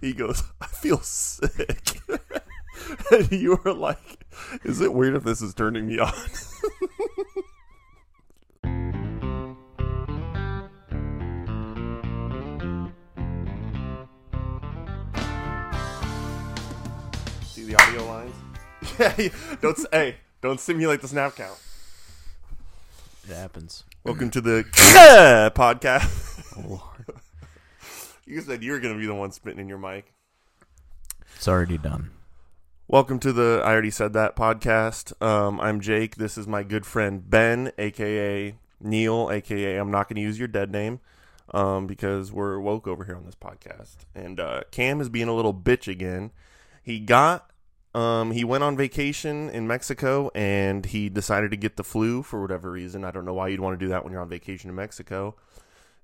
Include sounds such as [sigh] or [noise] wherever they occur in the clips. He goes, I feel sick. and you were like, Is it weird if this is turning me on? See the audio lines? yeah, don't s- hey, don't simulate the snap count. It happens. Welcome to the podcast. Oh, You said you were gonna be the one spitting in your mic. It's already done. Welcome to the I already said that podcast. Um, I'm Jake. This is my good friend Ben, aka Neil, aka I'm not going to use your dead name um, because we're woke over here on this podcast. And uh, Cam is being a little bitch again. He got um, he went on vacation in Mexico and he decided to get the flu for whatever reason. I don't know why you'd want to do that when you're on vacation in Mexico.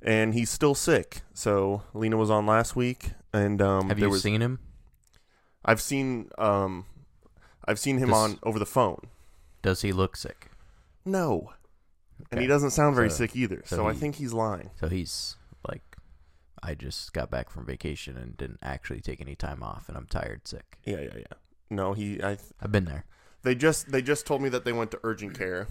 And he's still sick. So Lena was on last week, and um, Have there you was, seen him? I've seen um I've seen him This- on over the phone. Does he look sick? No. And he Okay. doesn't sound very So- sick either. So, so I he- think he's lying. So he's like, I just got back from vacation and didn't actually take any time off, and I'm tired sick. Yeah, yeah, yeah. No, he I I've been there they just they just told me that they went to urgent care.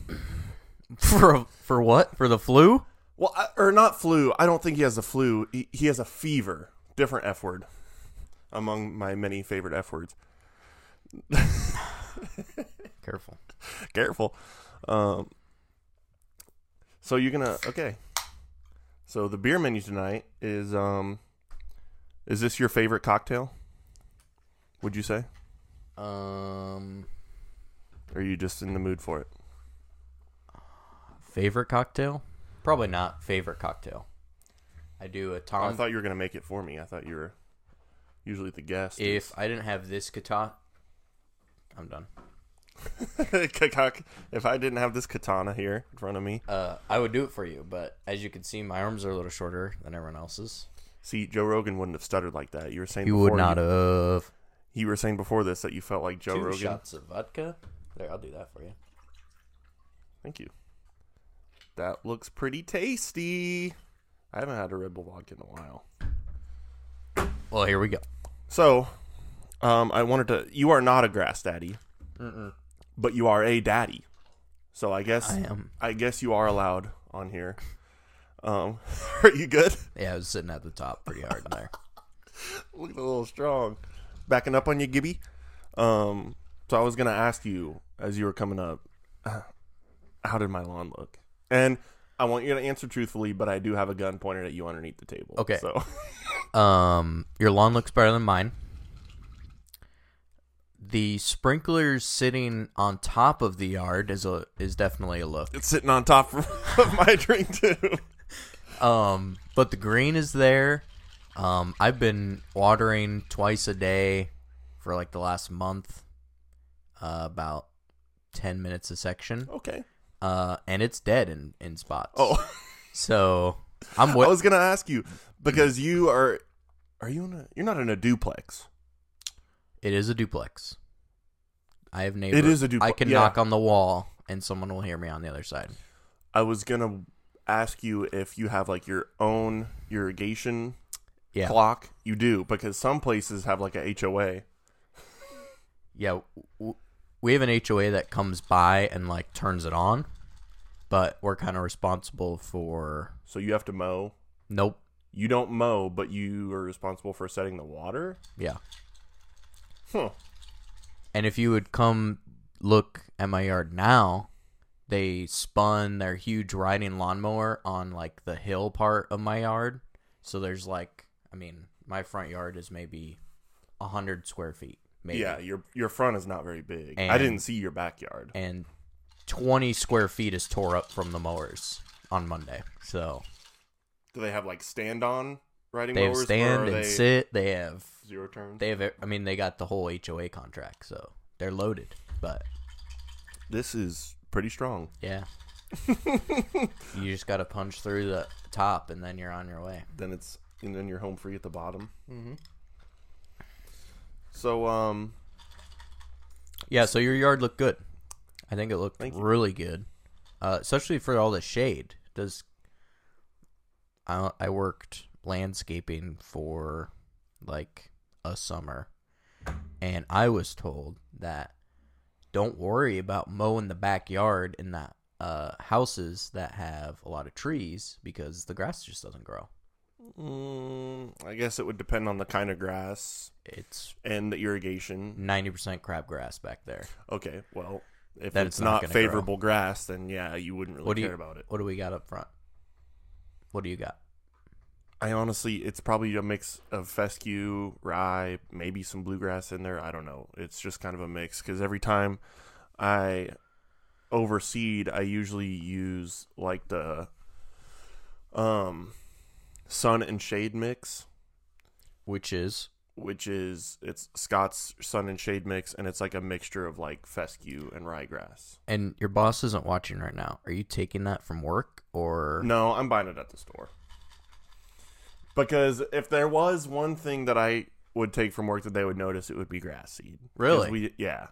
[laughs] for for what? For the flu? Well, I, or not flu. I don't think he has the flu. He, he has a fever. Different F word among my many favorite F words. Careful. Careful. Um So you're going to okay. So the beer menu tonight is um is this your favorite cocktail? Would you say? Um, Or are you just in the mood for it? favorite cocktail? Probably not favorite cocktail. I do a I Tom. thought you were gonna make it for me. I thought you were usually the guest. [laughs] if I didn't have this katana, I'm done. Kakak, if I didn't have this katana here in front of me, Uh, I would do it for you, but as you can see, my arms are a little shorter than everyone else's. see Joe Rogan wouldn't have stuttered like that. You were saying You before would not have. You were saying before this that you felt like Joe Two Rogan. shots of vodka. There, I'll do that for you. Thank you. That looks pretty tasty. I haven't had a Red Bull vodka in a while. Well, here we go. So, um, I wanted to. You are not a grass daddy, but you are a daddy. So I guess I am. I guess you are allowed on here. Um, [laughs] are you good? Yeah, I was sitting at the top pretty hard in there. Look a little strong. Backing up on you, Gibby. Um, so I was gonna ask you as you were coming up, [sighs] how did my lawn look? And I want you to answer truthfully, but I do have a gun pointed at you underneath the table. Okay. So [laughs] Um, your lawn looks better than mine. The sprinklers sitting on top of the yard is a is definitely [laughs] a look. it's sitting on top of my drink too. Um, but the green is there. Um, I've been watering twice a day for like the last month, uh, about ten minutes a section. Okay. Uh, and it's dead in in spots. Oh, so I'm I what? was gonna ask you because you are. Are you in a? You're not in a duplex. It is a duplex. I have neighbors. is a dupl- I can yeah. knock on the wall and someone will hear me on the other side. I was gonna ask you if you have like your own irrigation Yeah. clock. You do because some places have like a HOA. Yeah. W- we have an HOA that comes by and like turns it on, but we're kind of responsible for So you have to mow. nope. You don't mow, but you are responsible for setting the water. Yeah. Huh. And if you would come look at my yard now, they spun their huge riding lawnmower on like the hill part of my yard. So there's like, I mean, my front yard is maybe 100 square feet, maybe. Yeah, your your front is not very big. I And- didn't see your backyard. And 20 square feet is tore up from the mowers on Monday. So Do they have like stand on riding they have mowers? or stand are and they sit. They have, Zero turns. they have, I mean, they got the whole HOA contract. So they're loaded. But this is pretty strong. Yeah. [laughs] you just got to punch through the top and then you're on your way. then it's and then you're home free at the bottom. Mm-hmm. So um, Yeah, so your yard looked good. I think it looked Thank you. really good. Uh, especially for all the shade. Does I I worked landscaping for like a summer, and I was told that don't worry about mowing the backyard in that uh, houses that have a lot of trees because the grass just doesn't grow. Mm, I guess it would depend on the kind of grass It's and the irrigation. ninety percent crabgrass back there. Okay, well, if That it's it's not not, gonna grow. favorable grass, then yeah, you wouldn't really What do care you- about it. What do we got up front? What do you got? I honestly, it's probably a mix of fescue, rye, maybe some bluegrass in there. I don't know. It's just kind of a mix because every time I overseed, I usually use like the um sun and shade mix, Which is which is it's Scott's sun and shade mix, and it's like a mixture of like fescue and ryegrass. and your boss isn't watching right now. Are you taking that from work or No, I'm buying it at the store. Because if there was one thing that I would take from work that they would notice, it would be grass seed. 'Cause Really? We, yeah.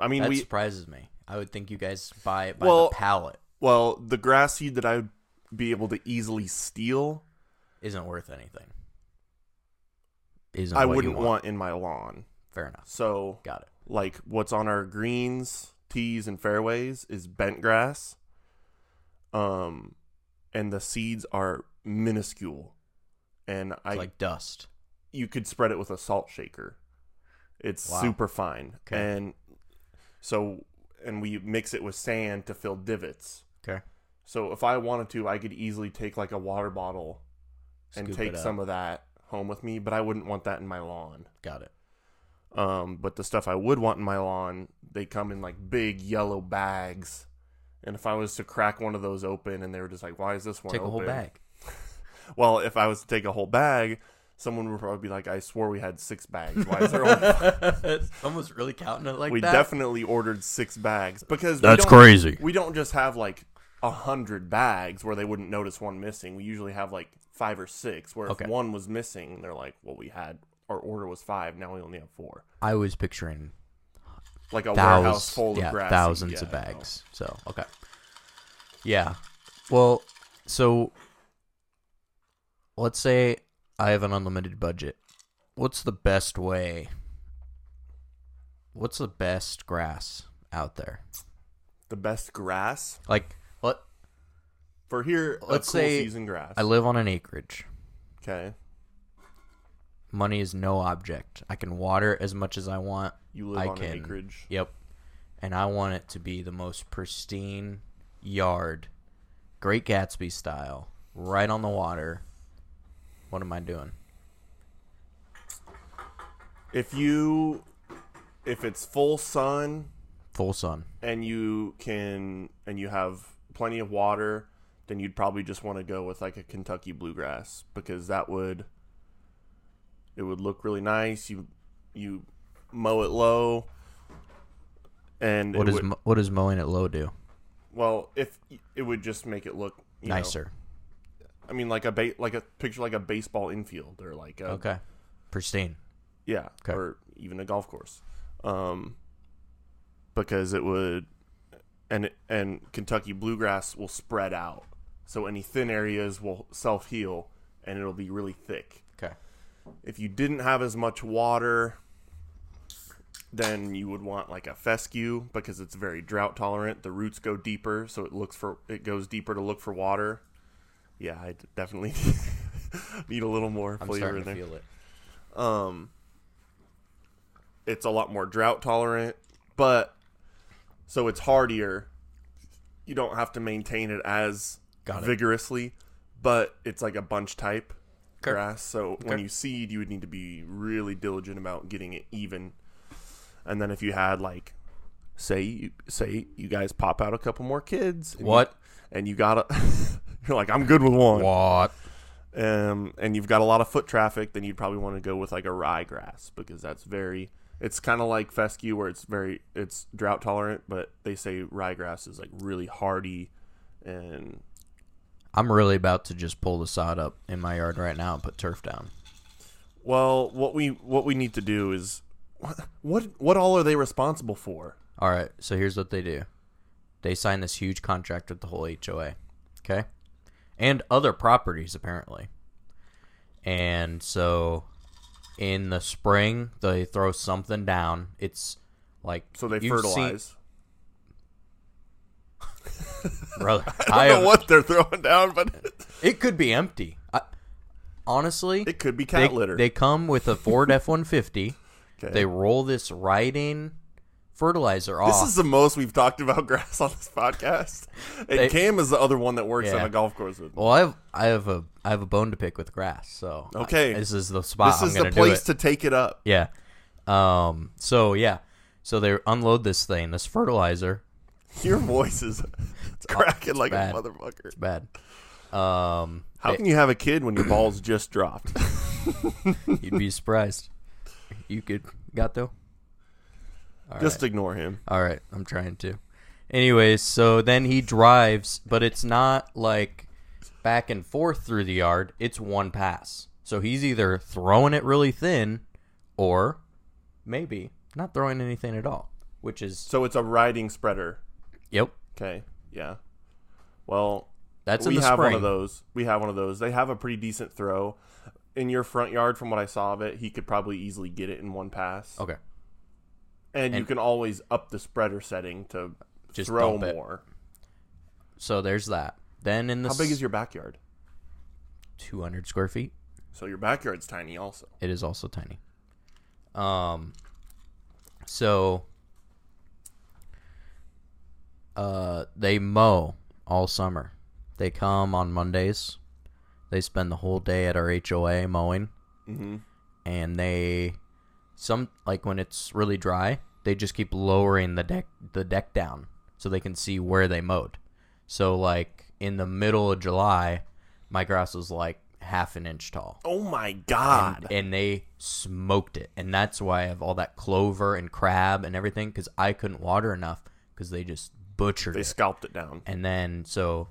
I mean, that we surprises me. I would think you guys buy it by Well- the pallet. well the grass seed that I would be able to easily steal, Isn't worth anything. Isn't I what you wouldn't want in my lawn. Fair enough. So, Got it. like, what's on our greens, tees, and fairways is bent grass. Um, and the seeds are minuscule, and It's I like dust. you could spread it with a salt shaker. It's Wow. super fine. Okay. And so and we mix it with sand to fill divots. Okay. So if I wanted to, I could easily take like a water bottle and Scoop take it up. some of that home with me, but I wouldn't want that in my lawn. Got it. Um, but the stuff I would want in my lawn, they come in like big yellow bags. And if I was to crack one of those open and they were just like, Why is this one Take open? a whole bag. Well, if I was to take a whole bag, someone would probably be like, "I swore we had six bags. Why [laughs] is there [laughs] only?" Someone's really counting it like we that. definitely ordered six bags because That's we don't, crazy. We don't just have like a hundred bags where they wouldn't notice one missing. We usually have like five or six. Where Okay. if one was missing, they're like, "Well, we had our order was five. Now we only have four. I was picturing Like a warehouse thousands, full yeah, of grass, thousands Yeah, of I know. bags. So okay, yeah. Well, so let's say I have an unlimited budget. What's the best way? What's the best grass out there? The best grass Like, let for here. Let's a cool say season grass. I live on an acreage. okay, Money is no object. I can water it as much as I want. you live I on can. an acreage. Yep. And I want it to be the most pristine yard, Great Gatsby style, right on the water. What am I doing? If you, if it's full sun, Full sun. and you can and you have plenty of water, then you'd probably just want to go with like a Kentucky bluegrass because that would it would look really nice. You you mow it low, and What it is would, mo- what does mowing it low do? well if it would just make it look you know, Nicer. I mean, like a ba- like a picture like a baseball infield or like a, Okay. Pristine. Yeah, Okay. or even a golf course, um, because it would, and and Kentucky bluegrass will spread out, so any thin areas will self heal, and it'll be really thick. Okay. If you didn't have as much water, then you would want like a fescue because it's very drought tolerant. The roots go deeper, so it looks for it goes deeper to look for water. Yeah, I d- definitely [laughs] need a little more I'm flavor in starting there to feel it. um it's a lot more drought tolerant but so it's hardier you don't have to maintain it as Got it. vigorously but it's like a bunch type Okay. grass so when Okay. you seed you would need to be really diligent about getting it even and then if you had like say you say you guys pop out a couple more kids and you- What? and you gotta [laughs] you're like i'm good with one What? um, and you've got a lot of foot traffic, then you'd probably want to go with like a ryegrass because that's very. It's kind of like fescue where it's very it's drought tolerant, but they say ryegrass is like really hardy, and I'm really about to just pull the sod up in my yard right now and put turf down. well, what we what we need to do is what what, what all are they responsible for? All right, so here's what they do. They sign this huge contract with the whole HOA, okay? And other properties apparently. And so in the spring they throw something down. It's like So they you've seen- fertilize. [laughs] brother. [laughs] I I don't have- know what they're throwing down, but [laughs] It could be empty. I, honestly, it could be cat they, litter. they come with [laughs] a Ford F one fifty. Okay. They roll this riding fertilizer This off. is the most we've talked about [laughs] grass on this podcast. And They- Cam is the other one that works on Yeah. a golf course with me. well, I have I have a I have a bone to pick with grass. So I- Okay. this is the spot. this I'm is gonna the do place it. to take it up. Yeah. Um. So yeah. So they unload this thing, this fertilizer. [laughs] Your voice is [laughs] cracking like bad. a motherfucker. It's bad. Um. How can you have a kid when your ball's just dropped? You'd be [laughs] surprised. You could gato. [laughs] All just ignore him. All right, I'm trying to. Anyways, so then he drives, but it's not like back and forth through the yard. It's one pass. So he's either throwing it really thin or maybe not throwing anything at all, which is So it's a riding spreader. yep. Okay. Yeah. Well, That's we in the have spring. one of those. We have one of those. They have a pretty decent throw. In your front yard, from what I saw of it, he could probably easily get it in one pass. Okay. And, you Oh, And- can always up the spreader setting to Just throw dump it. more. So there's that. Then in the How big is your backyard? 200 square feet? So your backyard's tiny also. It is also tiny. Um so uh they mow all summer. They come on Mondays. They spend the whole day at our HOA mowing Mm-hmm. and they some like when it's really dry, they just keep lowering the deck the deck down so they can see where they mowed. So like in the middle of July, my grass was like half an inch tall Oh my and, god. and they smoked it and that's why i have all that clover and crab and everything because i couldn't water enough because they just butchered [laughs] They it scalped it down. and then so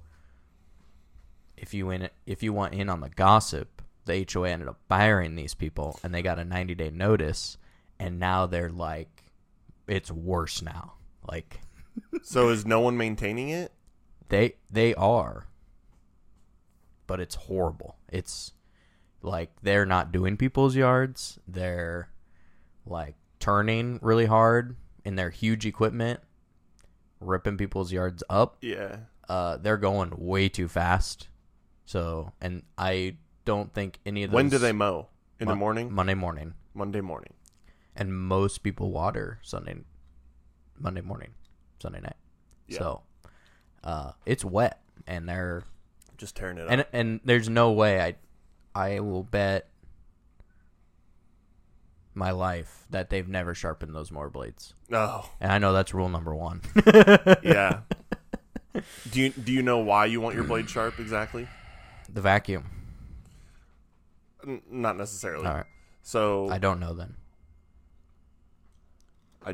if you in if you want in on the gossip the hoa ended up firing these people and they got a 90 day notice and now they're like it's worse now like So is no one maintaining it? they they are but it's horrible it's like they're not doing people's yards they're like turning really hard in their huge equipment ripping people's yards up Yeah. uh they're going way too fast so and i don't think any of those When do they mow? In the Mon- morning? monday morning Monday morning. and most people water sunday monday morning sunday night Yeah. so uh it's wet and they're Just tearing it up. and and there's no way I I will bet my life that they've never sharpened those mower blades. oh, And I know that's rule number 1. yeah. do you do you know why you want your [clears throat] blade sharp exactly? [laughs] the vacuum. N- not necessarily. All right. So I I, don't know then.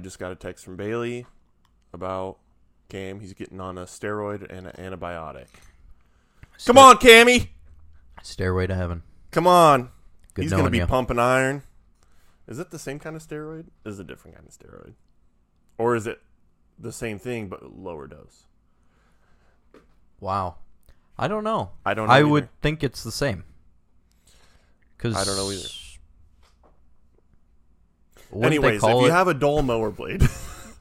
just got a text from Bailey about Cam. He's getting on a steroid and an antibiotic. Come on, Cammy. Stairway to heaven. Come on. Good He's knowing gonna be you. pumping iron. Is it the same kind of steroid? Is it a different kind of steroid? Or is it the same thing but lower dose? wow. I don't know. I don't know. I either. would think it's the same. Cuz I don't know either. Anyways, Anyways, they if call you it? have a dull mower blade, [laughs] if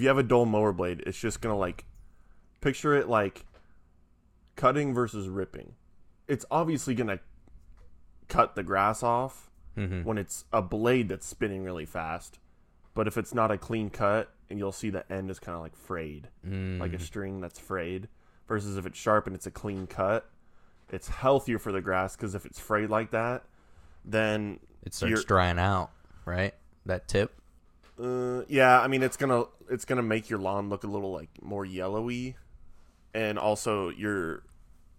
you have a dull mower blade, it's just gonna like picture it like cutting versus ripping. It's obviously gonna cut the grass off Mhm. when it's a blade that's spinning really fast. But if it's not a clean cut, and you'll see the end is kind of like frayed, like Mm. a string that's frayed. Versus if it's sharp and it's a clean cut, it's healthier for the grass because if it's frayed like that, then it starts you're- drying out, right? That tip. Uh, yeah, I mean it's gonna it's gonna make your lawn look a little like more yellowy, and also your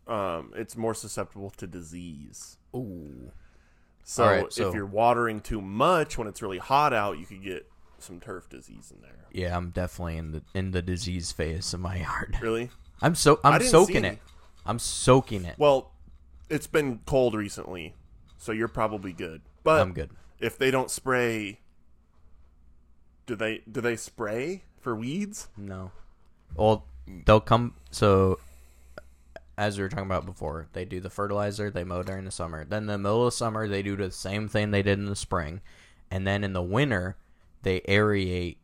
um it's more susceptible to disease. Ooh. So, All right, so- if you're watering too much when it's really hot out, you could get some turf disease in there. Yeah, I'm definitely in the in the disease phase of my [laughs] yard. Really? I'm so I I'm didn't see soaking any. it. I'm soaking it. Well, it's been cold recently, so you're probably good. But I'm good. if they don't spray, do they do they spray for weeds? No. Well, they'll come. So as we were talking about before, they do the fertilizer, they mow during the summer. Then in the middle of summer, they do the same thing they did in the spring, and then in the winter, they aerate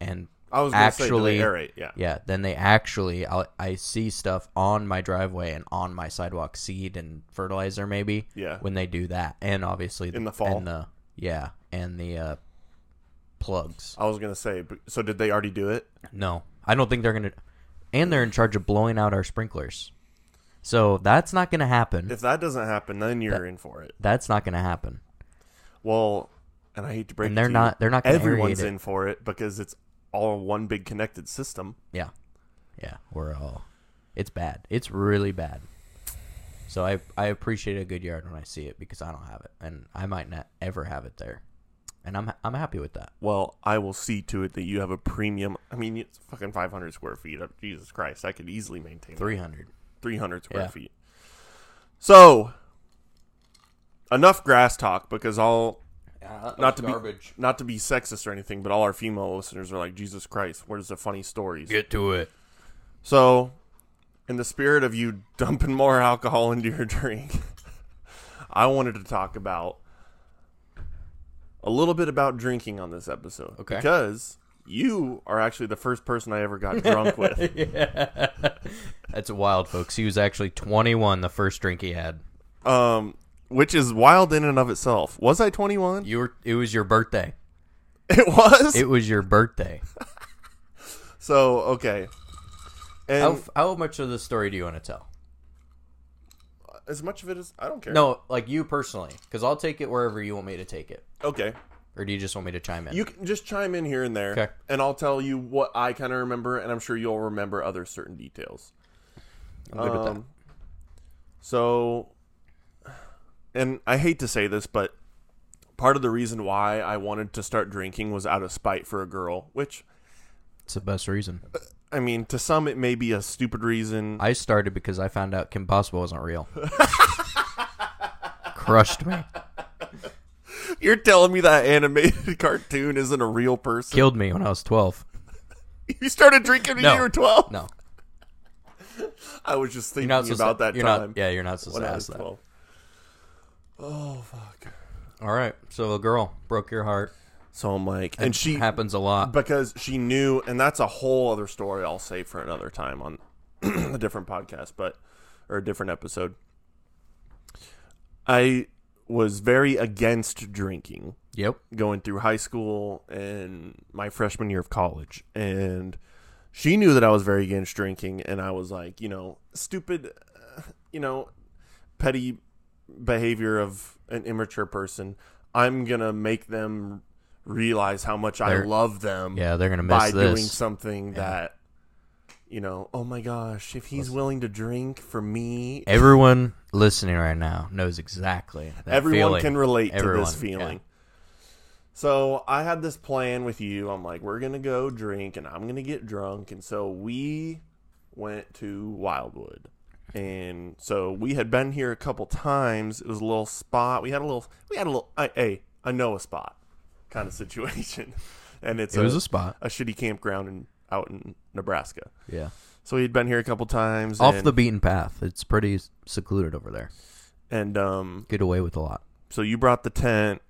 and I was gonna Actually- say, do they aerate? Yeah. yeah, then they actually I, I see stuff on my driveway and on my sidewalk, seed and fertilizer maybe Yeah. when they do that, and obviously In the fall. and the yeah, and the uh, plugs. I was gonna say. but- So did they already do it? No, I don't think they're gonna, and they're in charge of blowing out our sprinklers, so that's not gonna happen. If that doesn't happen, then you're in for it. That's not gonna happen. Well, and I hate to break. And it they're to not- You, they're not gonna aerate Everyone's it. in for it because it's all one big connected system. Yeah, yeah, we're all. It's bad. It's really bad. So I I appreciate a good yard when I see it because I don't have it, and I might not ever have it there, and I'm I'm happy with that. Well, I will see to it that you have a premium. I mean, it's fucking 500 square feet. Uh, Jesus Christ, I could easily maintain Three hundred. 300 square Yeah. feet. So, enough grass talk because all not to be not to be sexist or anything, but all our female listeners are like, Jesus Christ, where's the funny stories? get to it. So, in the spirit of you dumping more alcohol into your [laughs] drink, I wanted to talk about a little bit about drinking on this episode. Okay. Because you are actually the first person I ever got [laughs] drunk with. [laughs] That's wild, folks. He was actually 21 the first drink he had. Um, which is wild in and of itself. Was I 21? You were. It was your birthday. [laughs] It was. It was your birthday. so, okay. And How, how much of the story do you want to tell? as much of it as I don't care. No, like you personally, because I'll take it wherever you want me to take it, Okay. or do you just want me to chime in? You can just chime in here and there, Okay. and I'll tell you what I kind of remember, and I'm sure you'll remember other certain details. I'm good with that. Um, So, and I hate to say this, but part of the reason why I wanted to start drinking was out of spite for a girl, which, It's the best reason. I mean, to some it may be a stupid reason. I started because I found out Kim Possible [laughs] wasn't real. Crushed me. You're telling me that animated [laughs] cartoon isn't a real person? Killed me when I was 12. You started drinking when No. you were 12? No. I was just thinking You're not supposed about to, that you're time. Not, yeah, you're not supposed when to I ask was that. 12. Oh, fuck. All right. So a girl broke your heart. So I'm like, and she happens a lot. because she knew, and that's a whole other story. I'll save for another time on [clears throat] a different podcast, but or a different episode. I was very against drinking yep. going through high school and my freshman year of college, and she knew that I was very against drinking, and I was like, you know, stupid, uh, you know, petty behavior of an immature person. I'm gonna make them realize how much I They're- love them Yeah, they're gonna miss by this. doing something that you know, oh my gosh, if he's willing to drink for me, Everyone listening right now knows exactly. That everyone feeling. can relate to Everyone, this feeling. So I had this plan with you. I'm like, we're gonna go drink, and I'm gonna get drunk, and so we went to Wildwood, and so we had been here a couple times. It was a little spot. We had a little. We had a little. I, hey, I know a spot, kind of situation, [laughs] and it's It was a spot. a shitty campground in, out in Nebraska. Yeah. So he'd been here a couple times. Off and, the beaten path. It's pretty secluded over there. and um, Get away with a lot. so you brought the tent,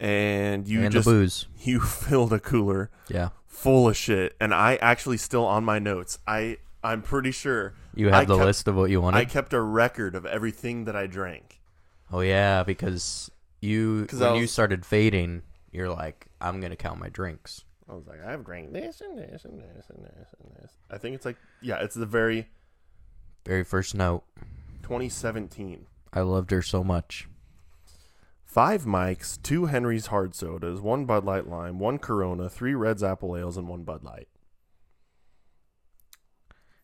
and you and just the booze. you [laughs] filled a cooler Yeah. full of shit. And I actually still on my notes. I I'm pretty sure You have I the kept- list of what you wanted. I kept a record of everything that I drank. Oh yeah, because you 'Cause I when you was- started fading, you're like, I'm gonna count my drinks. I was like, I've drank this and this and this and this and this. I think it's like yeah, it's the very Very first note, 2017. I loved her so much. Five mics, two Henry's hard sodas, one Bud Light Lime, one Corona, three Reds Apple Ales, and one Bud Light.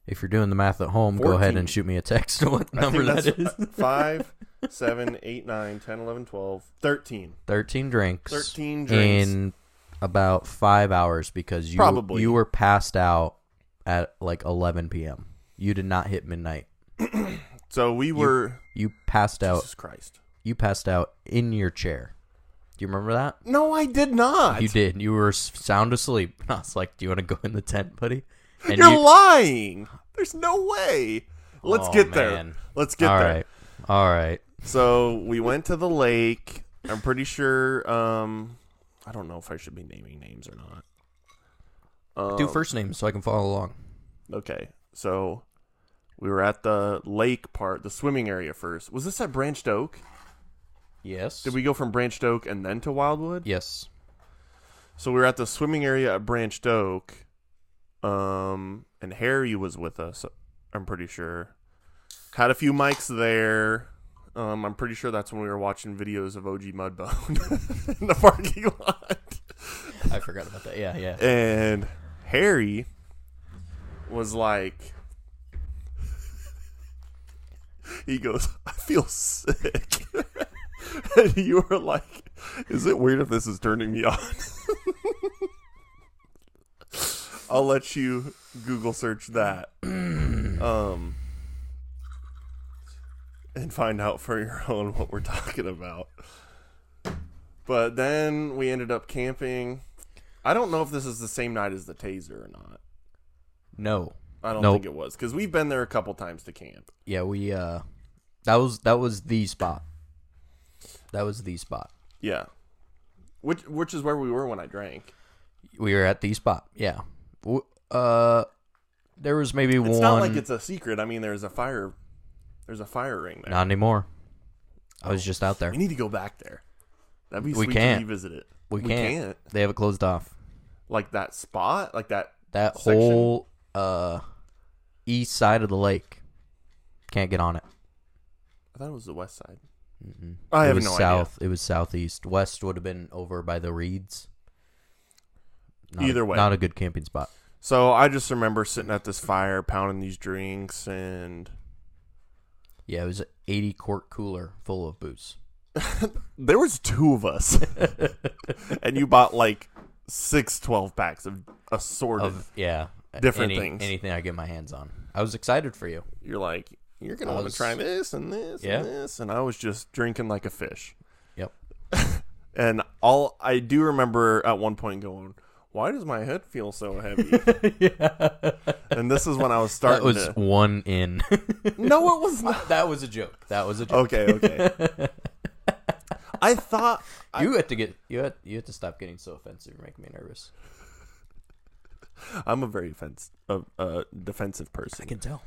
If you're doing the math at home, go ahead 14. and shoot me a text on what [laughs] number I that think is. that's five, seven, eight, nine, 10, 11, 12, 13. [laughs] Thirteen drinks. 13 drinks. in about five hours because you Probably. you were passed out at like 11 p.m. You did not hit midnight. So we were. You Oh. passed out. Jesus Christ. You passed out in your chair. Do you remember that? No, I did not. You did. You were s- sound asleep. [laughs] [laughs] I was like, "Do you want to go in the tent, buddy?" And You're you, lying. There's no way. Let's Oh, get there. man. Let's get All there. right. All right. So we went to the lake. I'm pretty sure. Um, I don't know if I should be naming names or not. Um, Do first names so I can follow along. Okay, so we were at the lake part, the swimming area first. Was this at Branched Oak? Yes. Did we go from Branched Oak and then to Wildwood? Yes. So we were at the swimming area at Branched Oak, um, and Harry was with us. I'm pretty sure. Had a few mics there. Um, I'm pretty sure that's when we were watching videos of OG Mudbone [laughs] in the parking lot. I forgot about that. Yeah, yeah. And Harry was like, he goes, I feel sick. [laughs] and you were like, is it weird if this is turning me on? [laughs] I'll let you Google search that. [clears throat] um, and find out for your own what we're talking about. But then we ended up camping. I don't know if this is the same night as the taser or not. No. I don't Nope. think it was because we've been there a couple times to camp. Yeah, we uh that was that was the spot. That was the spot. Yeah, which which is where we were when I drank. We were at the spot. Yeah. W- Uh there was maybe It's one not like it's a secret. I mean, there's a fire, there's a fire ring there. Not anymore. I Oh. was just out there. We need to go back there. That'd be We sweet can't. to revisit it. We can't. They have it closed off. Like that spot, like that. That Section? whole uh east side of the lake. Can't get on it. I thought it was the west side. I it have was no south. It was southeast. West would have been over by the reeds. Not a- Either way. not a good camping spot. idea. So I just remember sitting at this fire, pounding these drinks, and Yeah, it was an 80 quart cooler full of booze. there was two of us, [laughs] and you bought like six 12 packs of assorted. Of yeah, Different any- things. Anything I get my hands on. I was excited for you. you're like you're gonna I want to was- try this and this Yeah. and this and i was just drinking like a fish Yep. and all i do remember at one point going why does my head feel so [laughs] heavy and this is when i was That starting was to one in. [laughs] no it was not that was a joke. That was a joke. okay okay [laughs] i thought Oh, I, You had to get you had you had to stop getting so offensive. You're making me nervous. i'm a very offense, uh, uh, defensive person can tell.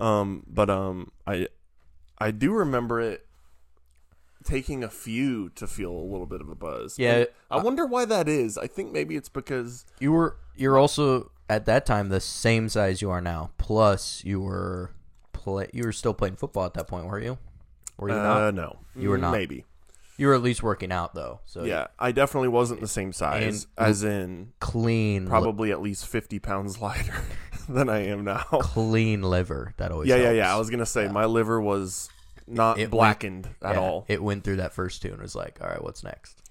Um, but um, I I do remember it taking a few to feel a little bit of a buzz. Yeah. uh, And I wonder why that is. I think maybe it's because You were you're also at that time the same size you are now. Plus you were play you were still playing football at that point, were you? Were you uh, not? no, You were not. Maybe. You were at least working out though. So Yeah, I definitely wasn't the same size as in clean li- probably at least fifty pounds [laughs] lighter than I am now. clean liver. That [laughs] always Yeah, yeah, helps. yeah. I was gonna say my liver was not It went- blackened at Yeah, all. It went through that first two and was like, all right, what's next?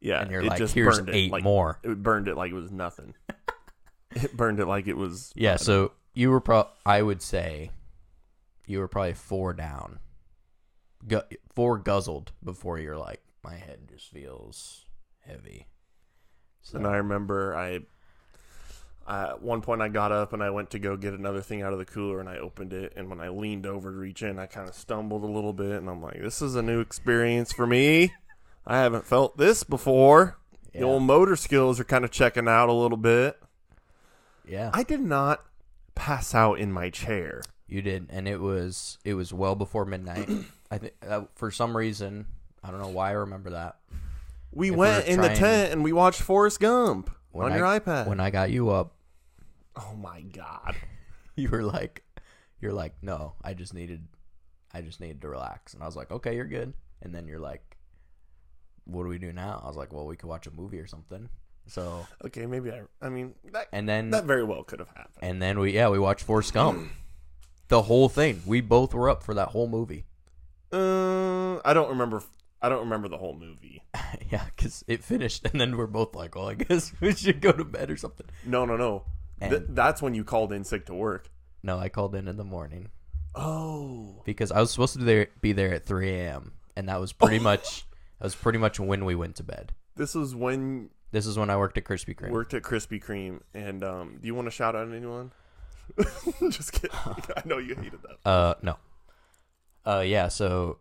yeah, and you're it like, just "Here's burned it, eight like, more." It burned it like it was nothing. [laughs] it burned it like it was Yeah, so you were pro. I would say you were probably four down, Gu- four guzzled before you're like, my head just feels heavy. So And I remember I uh, at one point I got up and I went to go get another thing out of the cooler and I opened it and when I leaned over to reach in I kind of stumbled a little bit and I'm like this is a new experience for me. I haven't felt this before. Yeah. The old motor skills are kind of checking out a little bit. yeah, I did not pass out in my chair. you did, and it was it was well before midnight. I think uh, for some reason I don't know why I remember that. We If we went were in the trying- tent and we watched Forrest Gump When on I, your iPad. when I got you up, [laughs] oh my god. you were like, you're like, no, I just needed, I just needed to relax, and I was like, okay, you're good, and then you're like, what do we do now? I was like, well, we could watch a movie or something. So Okay, maybe I I mean that and then that very well could have happened. and then we yeah we watched Forrest Gump, the whole thing. We both were up for that whole movie. [laughs] Uh, I don't remember. I don't remember the whole movie. yeah, because it finished, and then we're both like, well, I guess [laughs] we should go to bed or something. No, no, [laughs] no. Th- And- that's when you called in sick to work. No, I called in in the morning Oh, because I was supposed to there, be there at 3 a.m. and that was pretty much that was pretty much when we went to bed. this was when This is when I worked at Krispy Kreme. worked at Krispy Kreme. And um, do you want to shout out anyone? [laughs] Just [laughs] kidding. I know you hated that. Uh, no. Uh, yeah. So,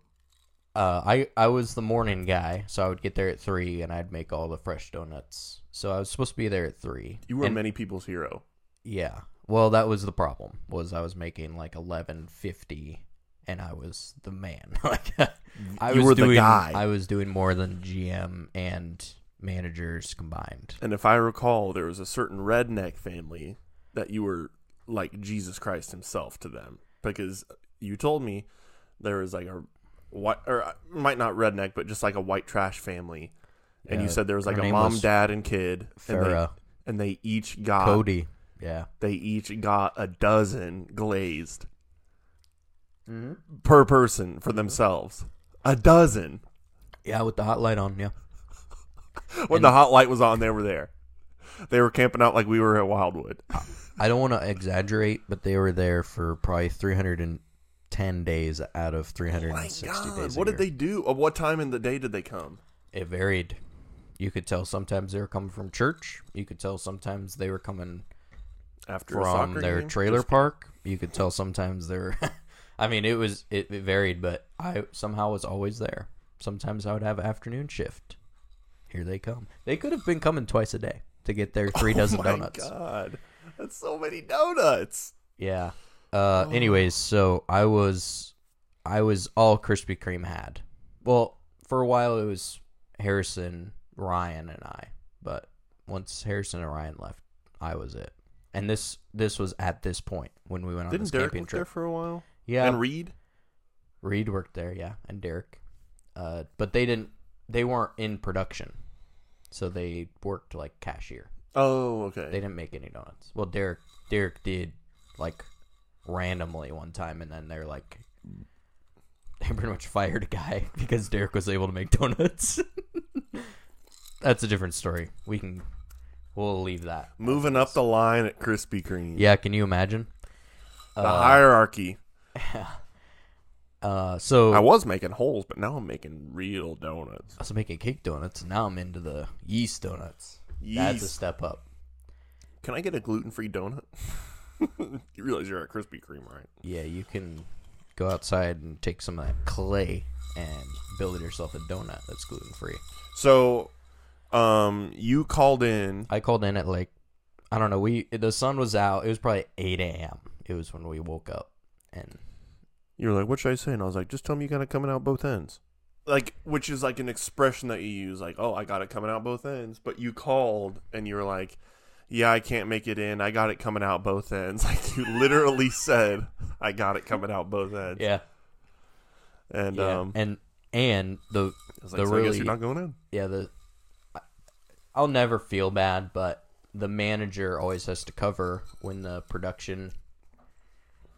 uh, I I was the morning guy, so I would get there at three, and I'd make all the fresh donuts. So I was supposed to be there at three. You were and, many people's hero. Yeah. Well, that was the problem. Was I was making like eleven fifty, and I was the man. [laughs] like I You was were the doing, guy. I was doing more than GM and managers combined. And if I recall, there was a certain redneck family that you were like Jesus Christ himself to them because you told me there was like a white or uh, might not redneck, but just like a white trash family. And you Yeah, said there was like her a name mom, was dad, and kid, and they, Farah, and they each got Cody. Yeah. they each got a dozen glazed per person for themselves. A dozen. Yeah, with the hot light on. Yeah. When the hot light was on, they were there. They were camping out like we were at Wildwood. I don't want to exaggerate, but they were there for probably 310 days out of 360 days. a Oh what did year. they do? At what time in the day did they come? It varied. You could tell sometimes they were coming from church. You could tell sometimes they were coming After a from soccer their game? trailer Just- park. You could tell sometimes they were. [laughs] I mean, it was it, it varied, but I somehow was always there. Sometimes I would have afternoon shift. Here they come. They could have been coming twice a day to get their [laughs] three dozen Oh My donuts. God, that's so many donuts. Yeah. Uh Oh. anyways, so I was I was all Krispy Kreme had. Well, for a while it was Harrison, Ryan and I, but once Harrison and Ryan left, I was it. And this this was at this point when we went on Didn't this Derek camping work there trip. for a while? Yeah. and Reed. Reed worked there, yeah, and Derek. Uh but they didn't they weren't in production. So they worked like cashier. Oh, okay. They didn't make any donuts. Well, Derek Derek did like randomly one time, and then they're like [laughs] they pretty much fired a guy [laughs] because Derek was able to make donuts. [laughs] That's a different story. We can we'll leave that. Moving up the line at Krispy Kreme. Yeah, can you imagine? the hierarchy. Uh, so I I was making holes, but now I'm making real donuts. was making cake donuts. Now I'm into the yeast donuts. That's a Yeast. step up. Can I get a gluten-free donut? [laughs] you realize you're at Krispy Kreme, right? Yeah, you can go outside and take some of that clay and build yourself a donut that's gluten free. So, um, you called in. I called in at like I don't know. We the sun was out. It was probably eight a.m. It was when we woke up, and You were like, "What should I say?" And I was like, "Just tell me you got it coming out both ends." Like, which is like an expression that you use, like, "Oh, I got it coming out both ends." But you called and you were like, "Yeah, I can't make it in. I got it coming out both ends." [laughs] Like you literally [laughs] said, "I got it coming out both ends." yeah, And yeah, um, and and the I was like, so the I guess really you're not going in. yeah the I- I'll never feel bad, but the manager always has to cover when the production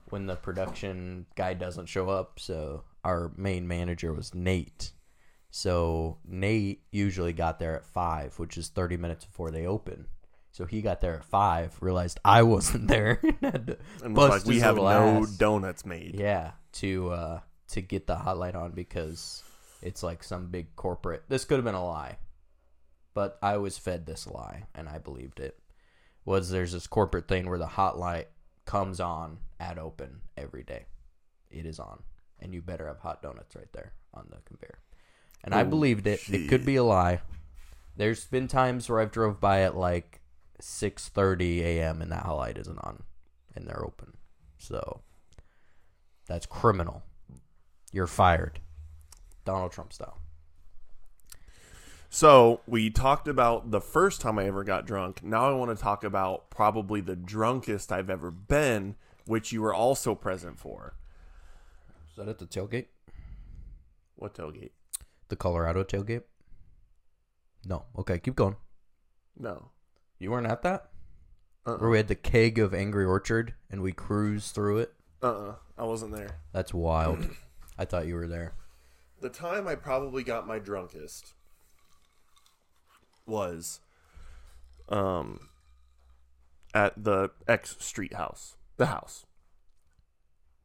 when the production guy doesn't show up. So our main manager was Nate. So Nate usually got there at five, which is thirty minutes before they open. So he got there at five, realized I [laughs] wasn't there, and had to And was bust like, "We his have no little ass. donuts made." Yeah, to uh, to get the hotline on because it's like some big corporate. This could have been a lie, but I was fed this lie and I believed it. Was there's this corporate thing where the hotline comes on at open every day. It is on, and you better have hot donuts right there on the conveyor. And I Oh, believed it. It could be a lie. There's been times where I've drove by at like 6:30 a.m. and that light isn't on, and they're open. So that's criminal. You're fired, Donald Trump style. So we talked about the first time I ever got drunk. Now I want to talk about probably the drunkest I've ever been, which you were also present for. Is that at the tailgate? What tailgate? The Colorado tailgate? No. Okay, keep going. No. You weren't at that? Uh-uh. Where we had the keg of Angry Orchard and we cruised through it? Uh uh I wasn't there. [clears throat] That's wild. I thought you were there. The time I probably got my drunkest was um at the X Street house. The house.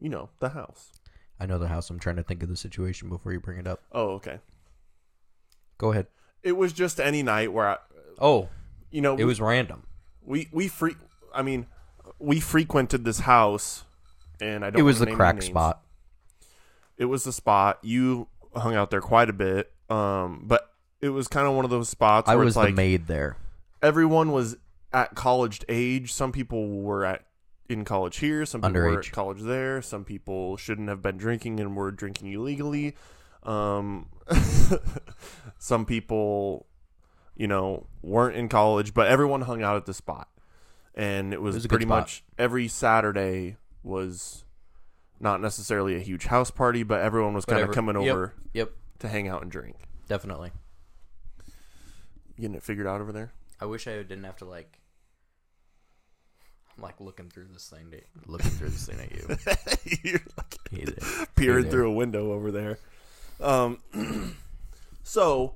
You know, the house. I know the house. I'm trying to think of the situation before you bring it up. Oh, okay. Go ahead. It was just any night where I, Oh, you know, it was random. we we free i mean we frequented this house, and I don't. It was wanna the name crack names. spot. It was the spot you hung out there quite a bit. Um, but it was kind of one of those spots I where was it's like the maid there. everyone was at college age. Some people were at in college here. Some people were Underage. at college there. Some people shouldn't have been drinking and were drinking illegally. Um, [laughs] some people, you know, weren't in college, but everyone hung out at the spot, and it was, was a good pretty spot. much every Saturday was not necessarily a huge house party, but everyone was kind of Whatever. coming Yep. over Yep, to hang out and drink. definitely. Getting it figured out over there. I wish I didn't have to like. I'm like looking through this thing, to, looking through this thing at you. [laughs] You're like- Hey there. peering Hey there. through a window over there. Um, [clears throat] so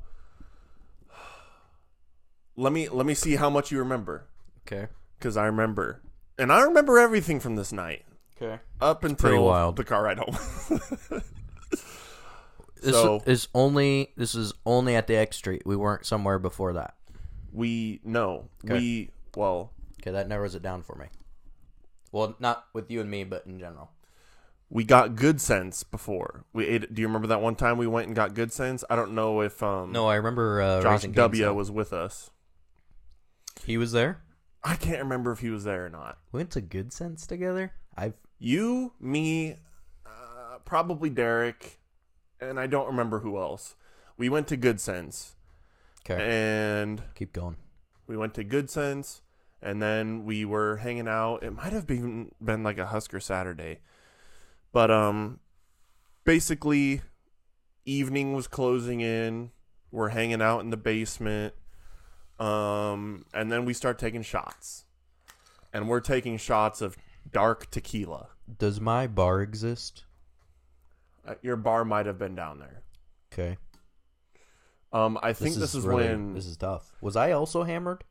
let me let me see how much you remember Okay. because I remember, and I remember everything from this night Okay. up pretty until wild. the car ride home. [laughs] This So- is only this is only at the X Street. We weren't somewhere before that. we no, we well, Okay, that narrows it down for me. Well, not with you and me, but in general. we got good sense before we ate. Do you remember that one time we went and got good sense? I don't know if um No, I remember uh, Josh Raising Cane's W son. was with us. He was there. I can't remember if he was there or not. We went to Good Sense together. I've You, me, uh, probably Derek, and I don't remember who else. We went to Good Sense, okay. Eh. and Keep going. we went to Good Sense, and then we were hanging out. It might have been been like a Husker Saturday, but um, basically, evening was closing in. We're hanging out in the basement, um, and then we start taking shots, and we're taking shots of dark tequila. Does my bar exist? Uh, your bar might have been down there. Okay. Um, I think this, is, really- when this is tough. Was I also hammered?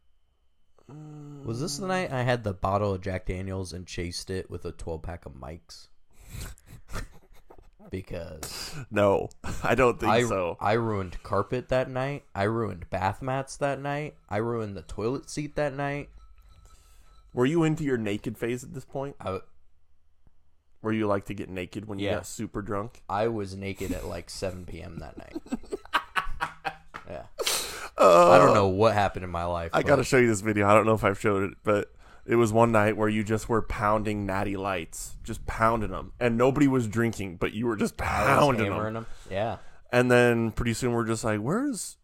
Was this the night I had the bottle of Jack Daniels and chased it with a 12 pack [laughs] of Mikes? because no, [laughs] I don't think I so. I ruined carpet that night. I ruined bath mats that night. I ruined the toilet seat that night. Were you into your naked phase at this point? I Where you like to get naked when you Yeah. got super drunk? I was naked at like 7 p.m. [laughs] that night. yeah. I don't know what happened in my life. I but gotta show you this video. I don't know if I've showed it, but it was one night where you just were pounding natty lights, just pounding them, and nobody was drinking, but you were just I was pounding them. hammering 'em. Yeah. And then pretty soon we're just like, "Where's?"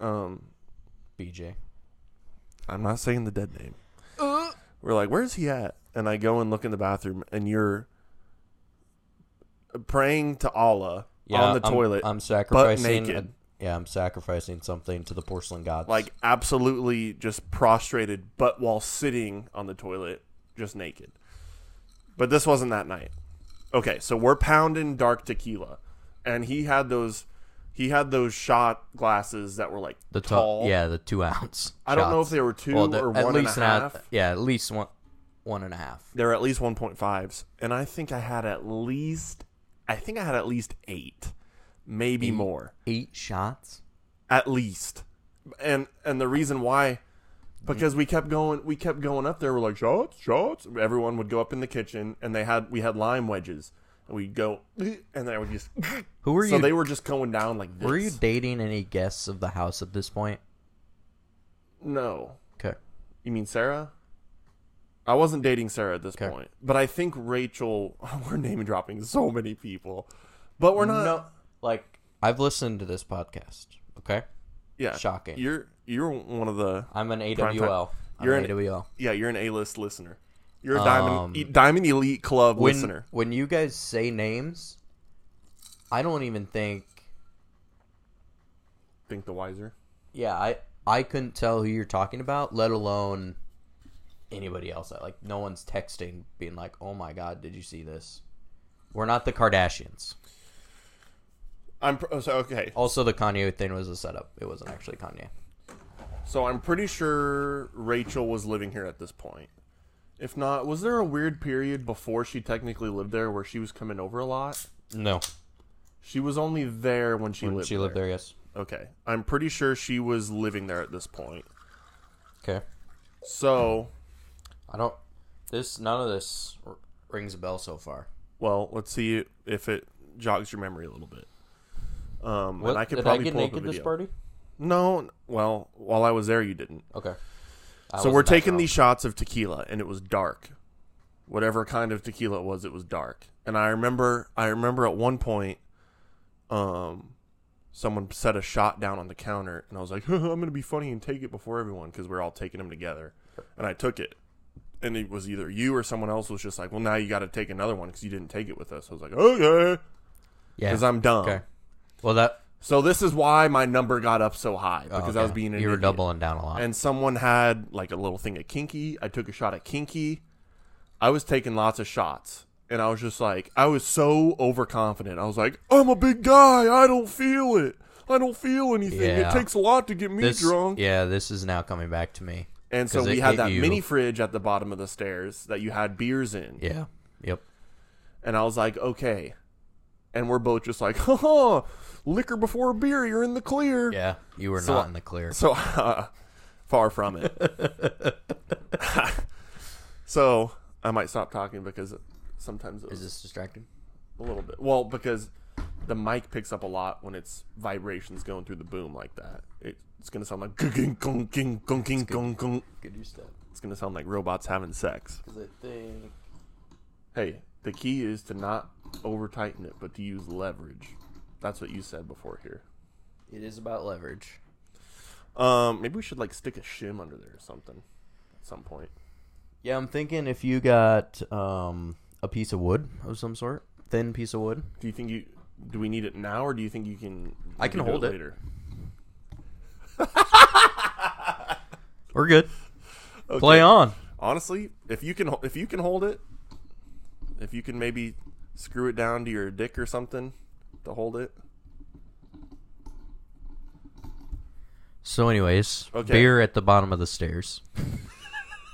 Um, BJ. I'm not saying the dead name. We're like, where's he at? And I go and look in the bathroom, and you're praying to Allah Yeah, on the I'm- toilet, I'm sacrificing. naked. a- yeah, I'm sacrificing something to the porcelain gods. like absolutely just prostrated, but while sitting on the toilet, just naked. But this wasn't that night. Okay, so we're pounding dark tequila, and he had those, he had those shot glasses that were like the to- tall. Yeah, the two ounce. I don't know if shots. they were two Well, the- or at one and a least an ou- half. Yeah, at least one, one and a half. they're at least 1.5s and i think i had at least i think i had at least eight maybe more Eight shots. at least and and the reason why because we kept going we kept going up there we're like shots shots everyone would go up in the kitchen and they had we had lime wedges and we'd [clears throat] go "Ugh," and they would just Who were so you? they were just going down like this were you dating any guests of the house at this point? no Okay. you mean sarah i wasn't dating sarah at this Okay. point but i think rachel [laughs] we're name dropping so many people but we're not No, like I've listened to this podcast. Okay, yeah Shocking. you're you're one of the I'm an time. AWL. I'm You're an an- AWL. yeah you're an a-list listener you're a diamond Um, E- diamond elite club when listener when you guys say names, I don't even think think the wiser yeah, I I couldn't tell who you're talking about, let alone anybody else. Like no one's texting, being like, "Oh my god, did you see this?" We're not the Kardashians. i'm pr- oh, so okay Also, the Kanye thing was a setup. It wasn't actually Kanye. so i'm pretty sure rachel was living here at this point if not was there a weird period before she technically lived there where she was coming over a lot No, she was only there when she she lived lived, there. there. Yes. okay i'm pretty sure she was living there at this point Okay. so I don't. This none of this r- rings a bell so far. Well, let's see if it jogs your memory a little bit. Um, What, and I could did probably I get pull up a naked this video. party? No, n- well, while I was there, you didn't. Okay. so I wasn't we're that taking drunk. these shots of tequila, and it was dark. Whatever kind of tequila it was, it was dark. And I remember, I remember at one point, um, someone set a shot down on the counter, and I was like, [laughs] "I'm gonna be funny and take it before everyone," because we're all taking them together. And I took it, and it was either you or someone else was just like, "Well, now you got to take another one because you didn't take it with us." I was like, "Okay," Yeah. because I'm dumb. okay. Well, that So this is why my number got up so high oh, because I was okay. being an you were idiot. doubling down a lot. And someone had like a little thing of kinky. I took a shot at kinky. I was taking lots of shots, and I was just like, I was so overconfident. I was like, I'm a big guy. I don't feel it. I don't feel anything. Yeah. It takes a lot to get me this, drunk. Yeah, this is now coming back to me. And so 'Cause we it had hit that you. mini fridge at the bottom of the stairs that you had beers in. Yeah. Yep. And I was like, okay. And we're both just like, ha ha, liquor before beer, you're in the clear. Yeah. You were So- not in the clear. So [laughs] uh, far from it. [laughs] so I might stop talking because sometimes Is it's this distracting? a little bit. Well, because the mic picks up a lot when it's vibrations going through the boom like that. It, it's gonna sound like gung, gung, gung, gung, gung, gung, gung. Good your step. It's gonna sound like robots having sex. Because I think. Hey, the key is to not over tighten it, but to use leverage. That's what you said before here. It is about leverage. Um, maybe we should like stick a shim under there or something at some point. Yeah, I'm thinking if you got um, a piece of wood of some sort, thin piece of wood. Do you think you do we need it now, or do you think you can? I can do hold it. later. We're good. Okay. Play on. Honestly, if you can, if you can hold it, if you can maybe screw it down to your dick or something to hold it. So, anyways, Okay. beer at the bottom of the stairs.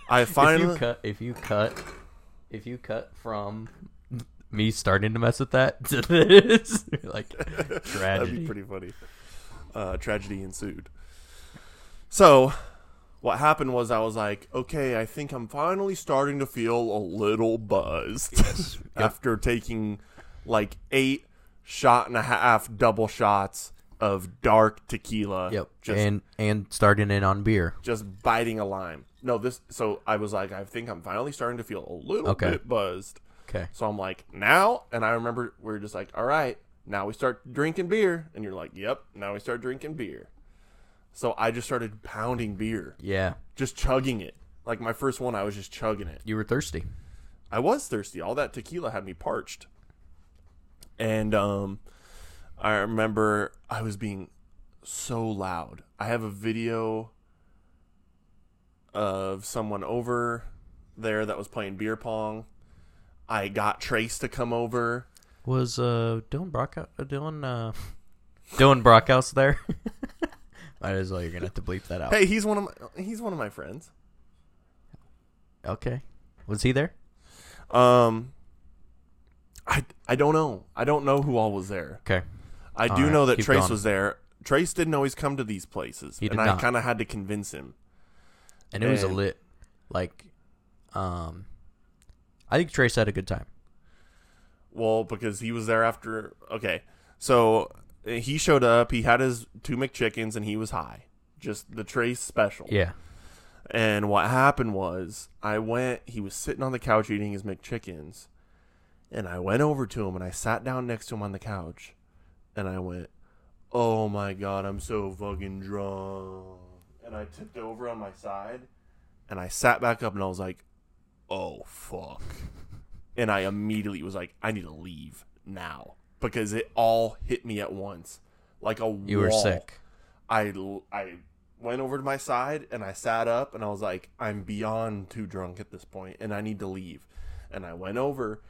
I if you finally. cut, if you cut, if you cut from me starting to mess with that [laughs] to this, you're like [laughs] That'd tragedy. be pretty funny. Uh, tragedy ensued. So, what happened was I was like, okay, I think I'm finally starting to feel a little buzzed [laughs] after taking like eight shot and a half double shots of dark tequila. yep. Just and and starting in on beer. just biting a lime. No, this. So I was like, I think I'm finally starting to feel a little Okay. bit buzzed. Okay. So I'm like, now. And I remember we are just like, all right, now we start drinking beer. And you're like, yep, now we start drinking beer. So I just started pounding beer, Yeah, just chugging it. Like my first one, I was just chugging it. you were thirsty. I was thirsty. All that tequila had me parched. And um I remember I was being so loud. I have a video of someone over there that was playing beer pong. I got Trace to come over. Was uh Dylan Brockhouse Dylan uh [laughs] Dylan Brockhouse there? [laughs] Might as well. You're gonna have to bleep that out. Hey, he's one of my he's one of my friends. Okay. Was he there? Um I I don't know. I don't know who all was there. Okay. I All do right, know that keep Trace going. was there. Trace didn't always come to these places, He did and I not. kind of had to convince him. And it was a And- lit, like, um, I think Trace had a good time. Well, because he was there after. Okay, so uh, he showed up. He had his two McChickens, and he was high. Just the Trace special. Yeah. And what happened was, I went. He was sitting on the couch eating his McChickens, and I went over to him and I sat down next to him on the couch, and I went, "Oh my god, I'm so fucking drunk." And I tipped over on my side, and I sat back up, and I was like, "Oh fuck." And I immediately was like, "I need to leave now." Because it all hit me at once, like a You were wall. sick. I l- I went over to my side and I sat up and I was like, I'm beyond too drunk at this point and I need to leave. And I went over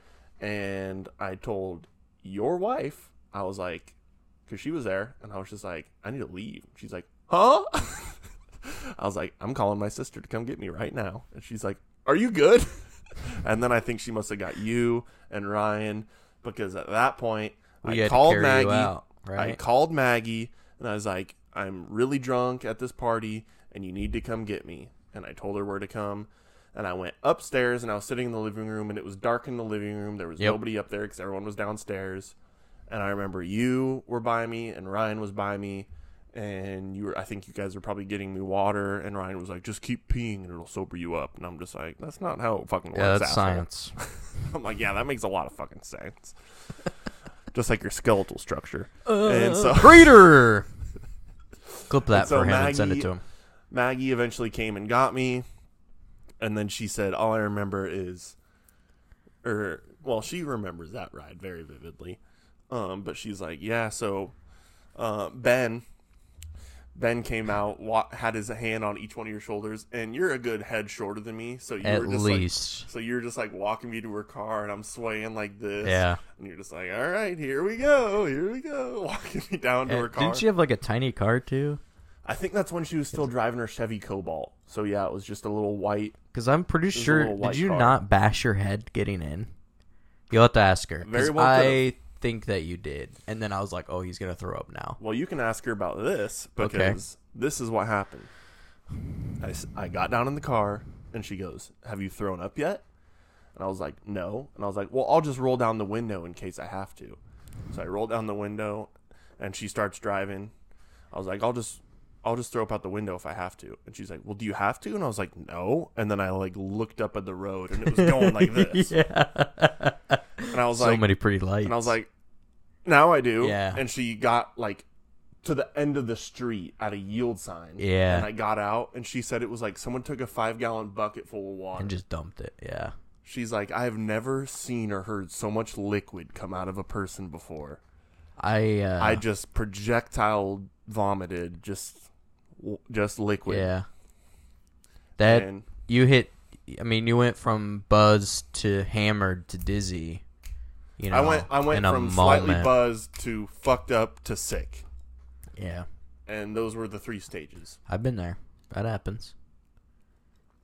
and I told your wife, I was like, because she was there and I was just like, I need to leave. She's like, huh? [laughs] I was like, I'm calling my sister to come get me right now. And she's like, Are you good? [laughs] and then I think she must have got you and Ryan because at that point, We I had to called carry Maggie. you out, I right? called Maggie and I was like, I'm really drunk at this party and you need to come get me. And I told her where to come. And I went upstairs and I was sitting in the living room and it was dark in the living room. There was Yep. nobody up there because everyone was downstairs. And I remember you were by me and Ryan was by me. And you were, I think you guys were probably getting me water. And Ryan was like, just keep peeing and it'll sober you up. And I'm just like, that's not how it fucking works. Yeah, that's asshole." science. [laughs] I'm like, yeah, that makes a lot of fucking sense. [laughs] Just like your skeletal [laughs] structure. and so Breeder. Clip that so for him and send it Maggie- to him. Maggie eventually came and got me. And then she said, all I remember is, or, well, she remembers that ride very vividly. Um, but she's like, yeah, so uh, Ben. Ben came out, wa- had his hand on each one of your shoulders, and you're a good head shorter than me, so you At were just least. like, so you're just like walking me to her car, and I'm swaying like this, yeah. And you're just like, all right, here we go, here we go. [laughs] Walking me down to Uh, her car. Didn't she have like a tiny car too? I think that's when she was still driving her Chevy Cobalt. So yeah, it was just a little white. Because I'm pretty a sure. little white Did you car. not bash your head getting in? You'll have to ask her. 'cause Very well I think that you did. And then I was like, oh, he's going to throw up [laughs] now. Well, you can ask her about this because Okay. this is what happened. I, s- I got down in the car and she goes, "Have you thrown up yet?" And I was like, "No." And I was like, "Well, I'll just roll down the window in case I have to." So I rolled down the window, and she starts driving. I was like, "I'll just." I'll just throw up out the window if I have to. And she's like, Well, do you have to? And I was like, No. And then I like looked up at the road and it was going [laughs] like this. yeah. And I was so like, many pretty lights. And I was like, now I do. Yeah. And she got like to the end of the street at a yield sign. Yeah. And I got out and she said it was like someone took a five gallon bucket full of water. and just dumped it. Yeah. She's like, I have never seen or heard so much liquid come out of a person before. I, uh, I just projectile vomited just just liquid. yeah. That, And you hit, I mean, you went from buzzed to hammered to dizzy. You know, I went I went in a from slightly moment. buzzed to fucked up to sick. Yeah. And those were the three stages. I've been there. That happens.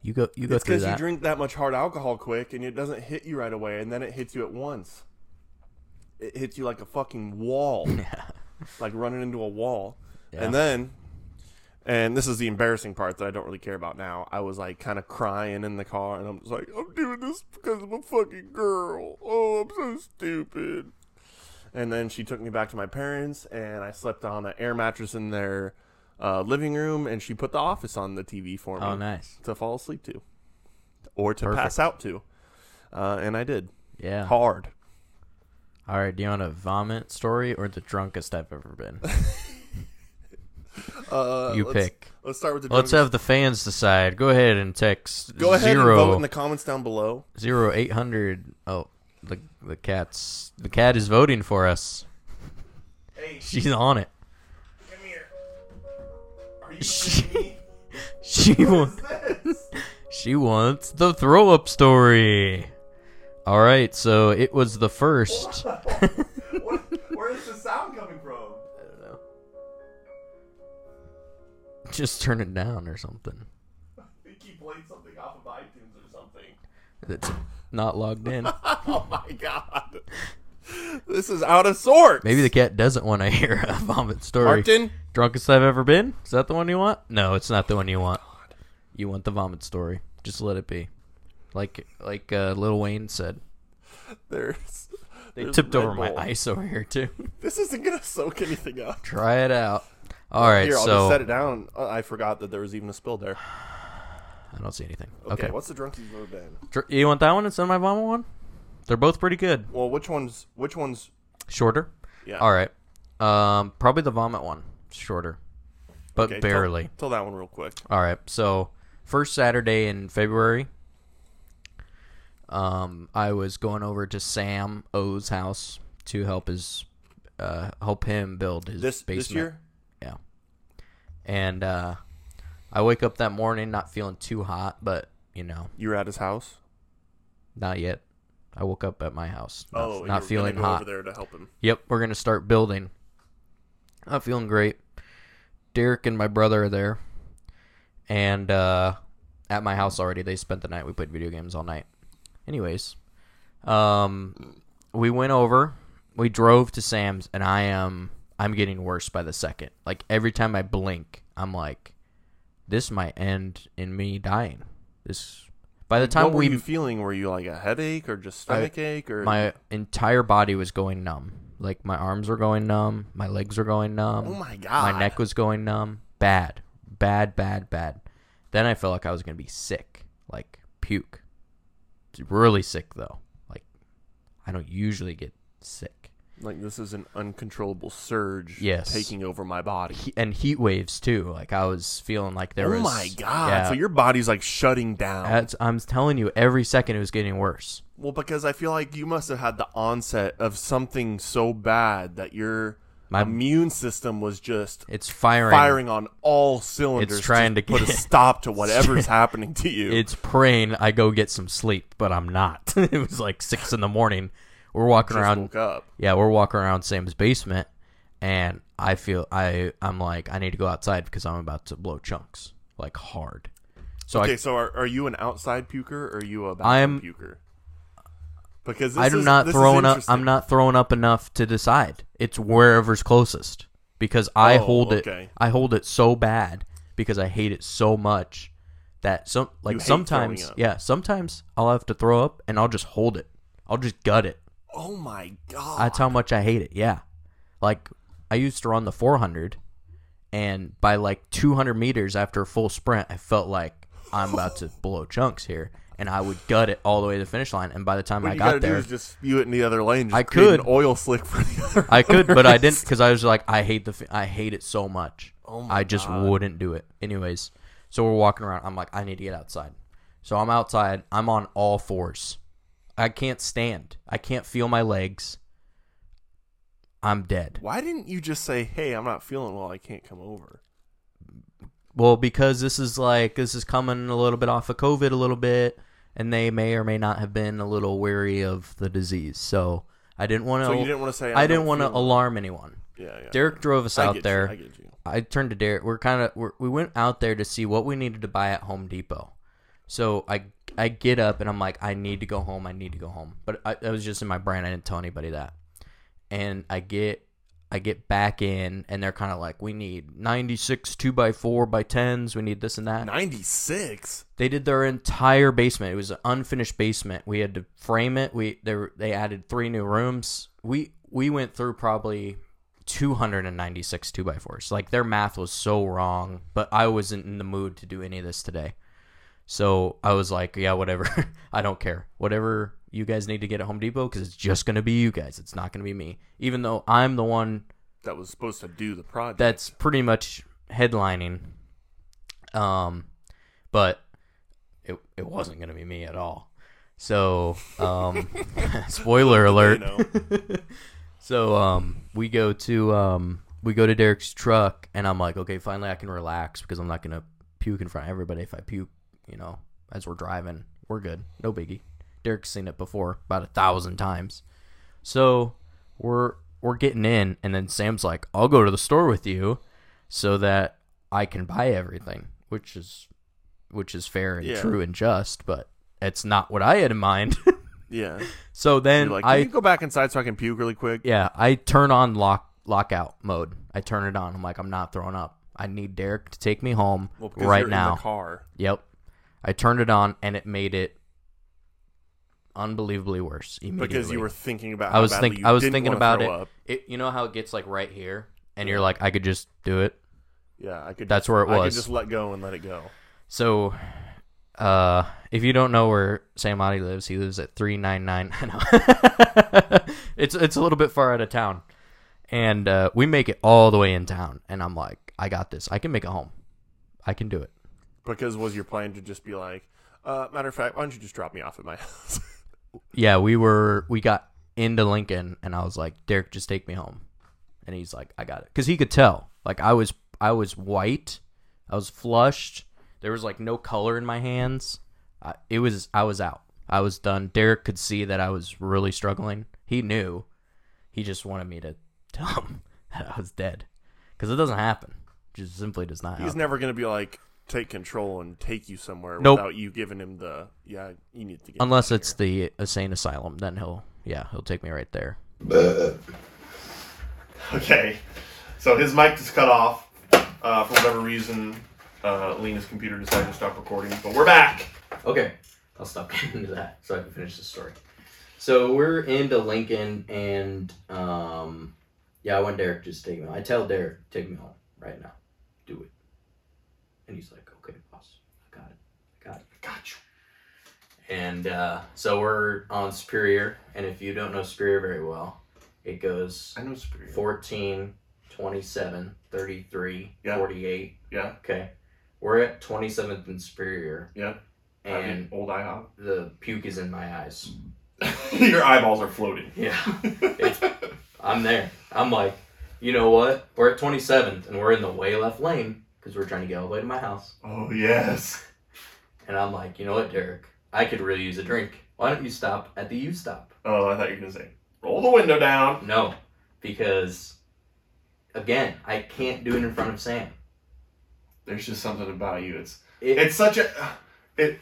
You go, you go it's through because you that. drink that much hard alcohol quick and it doesn't hit you right away and then it hits you at once it hits you like a fucking [laughs] wall like running into a wall Yeah. and then and this is the embarrassing part that i don't really care about now i was like kind of crying in the car and i'm just like i'm doing this because i'm a fucking girl oh i'm so stupid and then she took me back to my parents and i slept on an air mattress in their uh, living room and she put the office on the tv for me oh, nice. to fall asleep to or to Perfect. pass out to. Uh, and I did. Yeah. Hard. All right, do you want a vomit story or the drunkest I've ever [laughs] been? Uh, You let's- pick. Let's start with the Let's drunkest- have the fans decide. Go ahead and text Go ahead and vote zero in the comments down below. zero eight hundred. Oh, the the cat's the cat is voting for us. Hey, [laughs] She's on it. come here. Are you She- kidding me? She wants This? she wants the throw up story. All right, so it was the first. What- where is the sound coming from? Just turn it down or something. I think he played something off of iTunes or something. That's not logged in. [laughs] Oh my god. This is out of sorts. Maybe the cat doesn't want to hear a vomit story. Martin. Drunkest I've ever been? Is that the one you want? No, it's not the one you want. You want the vomit story. Just let it be. Like like uh, Lil Wayne said. There's. They there's tipped Red over my Bull. ice over here too. [laughs] This isn't gonna soak anything up. Try it out. All right, Here, I'll just so set it down. Uh, I forgot that there was even a spill there. I don't see anything. Okay, Okay. what's the drunkest you've ever been? Dr- you want that one instead of my vomit one? They're both pretty good. Well, which ones? Which ones? Shorter. Yeah. All right. Um, probably the vomit one. Shorter, but Okay, tell- barely. Tell, that one real quick. All right. So, first Saturday in February, um, I was going over to Sam O's house to help his, uh, help him build his This basement. this year? Yeah. And uh, I wake up that morning not feeling too hot, but you know, You were at his house. not yet. I woke up at my house, not, oh, not you were gonna feeling go hot. Over there to help him. Yep, we're gonna start building. Not feeling great. Derek and my brother are there, and uh, at my house already. They spent the night. We played video games all night. Anyways, um, we went over. We drove to Sam's, and I am I'm getting worse by the second. Like every time I blink, I'm like, this might end in me dying. This By the time what were we you feeling? Were you like a headache or just I- stomach ache or my entire body was going numb. Like my arms were going numb, my legs were going numb, Oh my god! um, my neck was going numb. Bad, bad, bad, bad. Then I felt like I was gonna be sick, like puke. Really sick though. Like I don't usually get sick. Like this is an uncontrollable surge. Yes. Taking over my body. He- and heat waves too. Like I was feeling like there oh was. my god! Yeah. So your body's like shutting down. That's- I'm telling you, every second it was getting worse. well, because I feel like you must have had the onset of something so bad that your My- immune system was just It's firing. firing on all cylinders. It's trying to put a get- [laughs] stop to whatever's happening to you. It's praying I go get some sleep, but I'm not. [laughs] it was like six in the morning. We're walking Just around woke up. yeah, we're walking around Sam's basement, and I feel I I'm like I need to go outside because I'm about to blow chunks like hard. So Okay, so are, are you an outside puker or are you a bathroom I'm- puker? Because this I I'm is- not this is throwing up. I'm interesting. not throwing up enough to decide. It's wherever's closest because I Oh, hold okay. it. I hold it so bad because I hate it so much that some like hate sometimes throwing up. yeah sometimes I'll have to throw up and I'll just hold it. I'll just gut it. Oh my god! That's how much I hate it. Yeah. Like I used to run the 400 and by like 200 meters after a full sprint, I felt like I'm [laughs] about to blow chunks here and I would gut it all the way to the finish line and by the time what I you got gotta do there is just spew it in the other lane. Just I create an could. oil slick for the [laughs] other. I could, but [laughs] I didn't cuz I was like I hate the fe- I hate it so much. Oh my I just wouldn't do it. Anyways, so we're walking around. I'm like I need to get outside. So I'm outside. I'm on all fours. I can't stand. I can't feel my legs. I'm dead. Why didn't you just say, "Hey, I'm not feeling well. I can't come over"? Well, because this is like this is coming a little bit off of COVID a little bit, and they may or may not have been a little wary of the disease. So I didn't want to. So you didn't want to say, I don't didn't want to feel well." alarm anyone. Yeah, yeah. Derek drove us I out get there. You, I get you. I turned to Derek. We're kind of we're, we went out there to see what we needed to buy at Home Depot. So I I get up and I'm like I need to go home. I need to go home. But I, I was just in my brain. I didn't tell anybody that. And I get I get back in and they're kind of like we need 96 two by four by tens. We need this and that. Ninety six. They did their entire basement. It was an unfinished basement. We had to frame it. We they were- they added three new rooms. We we went through probably 296 two by fours. Like their math was so wrong, but I wasn't in the mood to do any of this today. So I was like, yeah, whatever. [laughs] I don't care. Whatever you guys need to get at Home Depot because it's just gonna be you guys. It's not gonna be me. Even though I'm the one That was supposed to do the project. that's pretty much headlining. Um, but it it wasn't gonna be me at all. So, um, [laughs] spoiler alert. you [laughs] know. So, um, we go to um, we go to Derek's truck, and I'm like, okay, finally I can relax because I'm not gonna puke in front of everybody. If I puke, you know, as we're driving, we're good, no biggie. Derek's seen it before about a thousand times. So we're we're getting in, and then Sam's like, "I'll go to the store with you, so that I can buy everything," which is which is fair and Yeah. true and just, but it's not what I had in mind. [laughs] yeah. so then You're like, can I you go back inside so I can puke really quick? yeah I turn on lock lockout mode. I turn it on. I'm like, I'm not throwing up. I need Derek to take me home Well, because right you're now. in the car. Yep. I turned it on and it made it unbelievably worse immediately. Because you were thinking about. I how was badly think you I was didn't thinking wanna about it. throw up. it. You know how it gets like right here and you're like I could just do it. Yeah, I could. That's just- where it I could was. just let go and let it go. So uh if you don't know where Sam Adi lives, he lives at [laughs] 399. I know. it's it's a little bit far out of town. And uh, we make it all the way in town and I'm like I got this. I can make it home. I can do it. Because was your plan to just be like, uh, matter of fact, why don't you just drop me off at my [laughs] house? yeah, we were we got into Lincoln, and I was like, Derek, just take me home, and he's like, I got it, because he could tell, like I was I was white, I was flushed, there was like no color in my hands, I, it was I was out, I was done. Derek could see that I was really struggling. He knew, he just wanted me to tell him [laughs] that I was dead, because it doesn't happen. It just simply does not He's happen. never going to be like, take control and take you somewhere Nope. Um, without you giving him the, yeah, you need to get. Unless it's the insane asylum, then he'll yeah he'll take me right there. okay. So his mic just cut off uh, for whatever reason. Uh, Lena's computer decided to stop recording, but we're back. Okay. I'll stop [laughs] getting into that so I can finish the story. So we're into Lincoln, and um, yeah, I want Derek to just take me home. I tell Derek, take me home right now. Do it. And he's like, okay, boss. I got it. I got it. I got you. And uh, so we're on Superior, and if you don't know Superior very well, it goes I know Superior. 14, 27, 33, Yeah. 48. Yeah. Okay. We're at 27th and Superior. Yeah. I mean, And old IHOP. the puke is in my eyes. [laughs] Your eyeballs are floating. Yeah. I'm there. I'm like, you know what? We're at 27th and we're in the way left lane because we're trying to get all the way to my house. oh yes. And I'm like, you know what, Derek? I could really use a drink. Why don't you stop at the U stop? Oh, I thought you were gonna say roll the window down. No, because again, I can't do it in front of Sam. There's just something about you. It's It, it's such a it.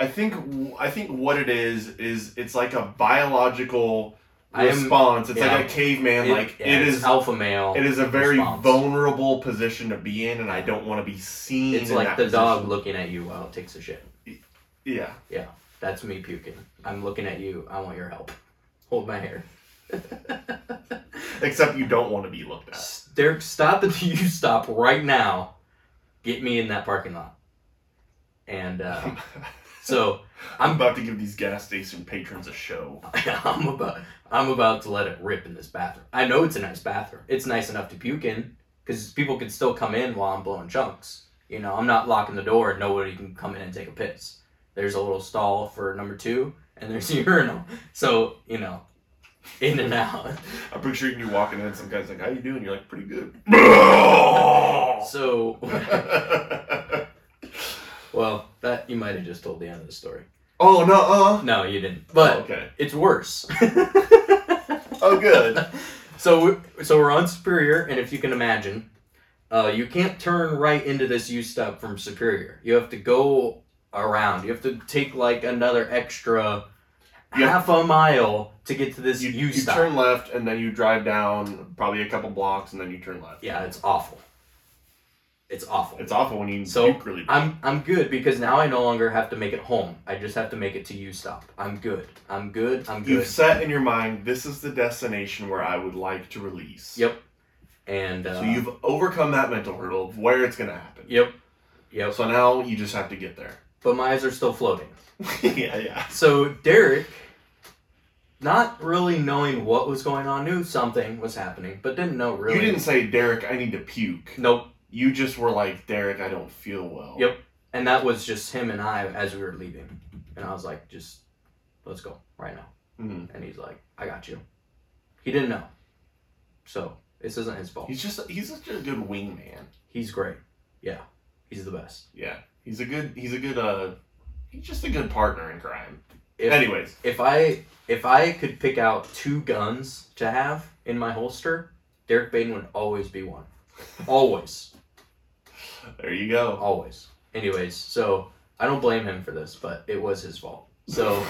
I think I think what it is is it's like a biological I am- response. it's yeah. like a caveman. it- like yeah, it it's is. alpha male. It is a very response. vulnerable position to be in, and I don't want to be seen. It's in like that the dog position. looking at you while it takes a shit. Yeah. That's me puking. I'm looking at you. I want your help. Hold my hair. Except you don't want to be looked at. [laughs] S- Derek, stop at the [laughs] U stop right now. Get me in that parking lot. [laughs] And uh, so I'm about to give these gas station patrons a show. [laughs] I'm about I'm about to let it rip in this bathroom. I know it's a nice bathroom. It's nice enough to puke in because people can still come in while I'm blowing chunks. You know, I'm not locking the door. and Nobody can come in and take a piss. There's a little stall for number two, and there's [laughs] a urinal. So you know, in and out. I'm picturing you walking in, some guy's like, "How you doing?" You're like, "Pretty good." So well, that you might have just told the end of the story. [laughs] oh no! Uh. No, you didn't. But okay. it's worse. Oh good. [laughs] So we- so we're on Superior, and if you can imagine, uh, you can't turn right into this U stop from Superior. You have to go around. You have to take like another extra You have- half a mile to get to this You, U you stop. turn left and then you drive down probably a couple blocks and then you turn left. yeah, it's awful. It's awful. It's awful when you So, puke really. bad. I'm I'm good because now I no longer have to make it home. I just have to make it to U stop. I'm good. I'm good. I'm good. You've set in your mind this is the destination where I would like to release. Yep. And uh, So you've overcome that mental hurdle of where it's gonna happen. Yep. Yep. So now you just have to get there. But my eyes are still floating. [laughs] yeah, yeah. So Derek, not really knowing what was going on, knew something was happening, but didn't know really. You didn't say, Derek, I need to puke. Nope. You just were like, Derek, I don't feel well. Yep. And that was just him and I as we were leaving, and I was like, just let's go right now. Mhm. And he's like, I got you. He didn't know. So this isn't his fault. He's just he's such a good wingman. He's great. Yeah. He's the best. Yeah. He's a good he's a good uh he's just a good partner in crime. If, Anyways, if I if I could pick out two guns to have in my holster, Derek Baden would always be one. Always. there you go. Always. Anyways, so I don't blame him for this, but it was his fault. [laughs] [laughs] So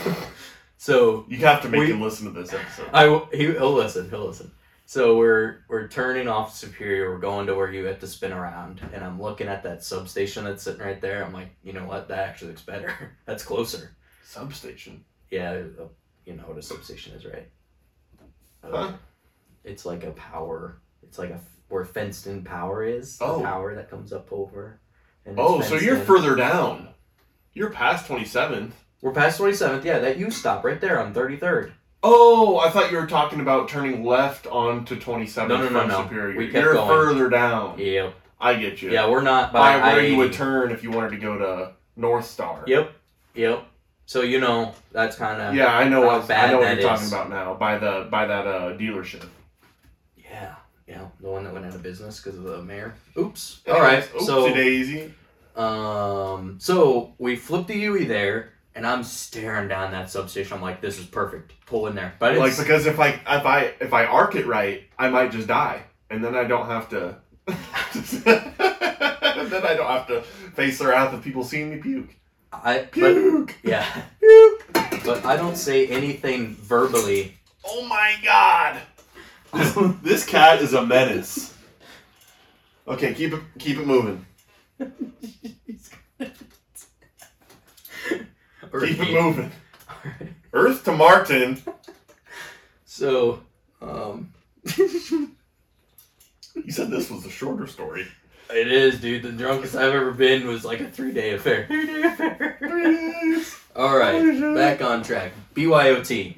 so You have to make We- Uh, him listen to this episode. I w- he, he'll listen. He'll listen. So we're we're turning off Superior. We're going to where you have to spin around, and I'm looking at that substation that's sitting right there. I'm like, you know what? That actually looks better. [laughs] that's closer. Substation. Yeah, uh, you know what a substation is, right? Uh, Huh? It's like a power. It's like a f- where fenced in power is. Oh. The power that comes up over. And it's Oh, so fenced you're in. further down. You're past twenty seventh. We're past 27th. Yeah, that you stop right there on 33rd. Oh, I thought you were talking about turning left onto twenty seventh No, no, no, from no. Superior. We kept you're going. further down. Yep. I get you. Yeah, we're not by, By where you would I-80. turn if you wanted to go to North Star. Yep. Yep. So you know that's kind of Yeah, I know How what I bad know what that you're talking is. about now. By the by that uh, dealership. yeah yeah the one that went out of business because of the mayor. Oops. All right. Oopsie so daisy. Um, so we flip the UE there, and I'm staring down that substation. I'm like, this is perfect. Pull in there, but Like it's, because if I if I if I arc it right, I might just die, and then I don't have to. [laughs] then I don't have to face the wrath of people seeing me puke. I but, Puke. yeah, puke. but I don't say anything [laughs] verbally. [laughs] Oh my god! This, this cat is a menace. Okay, keep it keep it moving. Or Keep it he- [laughs] moving. Earth to Martin. So, um, You said this was the shorter [laughs] story. it is, dude. The drunkest I've ever been was like a three day affair. Three day affair. [laughs] All right, back on track. BYOT.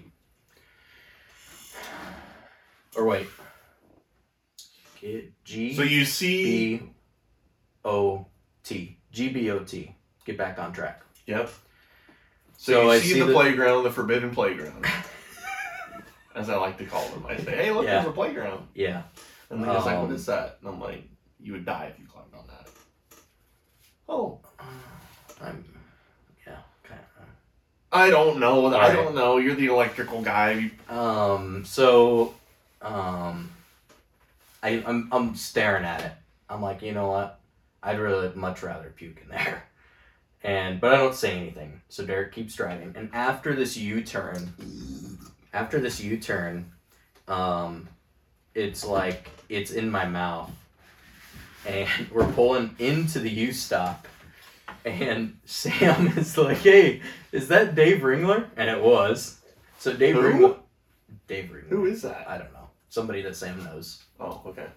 Or wait. Get G. So you see. B O T. G B O T. Get back on track. Yep. So, So you I see, see the, the- playground, the forbidden [laughs] playground, as I like to call them. I say, "Hey, look, Yeah. there's a playground," Yeah. and they're just like, "What Um, is that?" And I'm like, "You would die if you climbed on that." Oh, I'm. Yeah. Kind of. I don't know. I Right. don't know. You're the electrical guy. You- Um. So, um, I I'm I'm staring at it. I'm like, you know what? I'd really much rather puke in there. And but I don't say anything. So Derek keeps driving, and after this U turn, after this U turn, um, it's like it's in my mouth, and we're pulling into the U stop, and Sam [laughs] is like, "Hey, is that Dave Ringler?" And it was. So Dave Who? Ringler. Dave Ringler. Who is that? I don't know. Somebody that Sam knows. Oh, okay.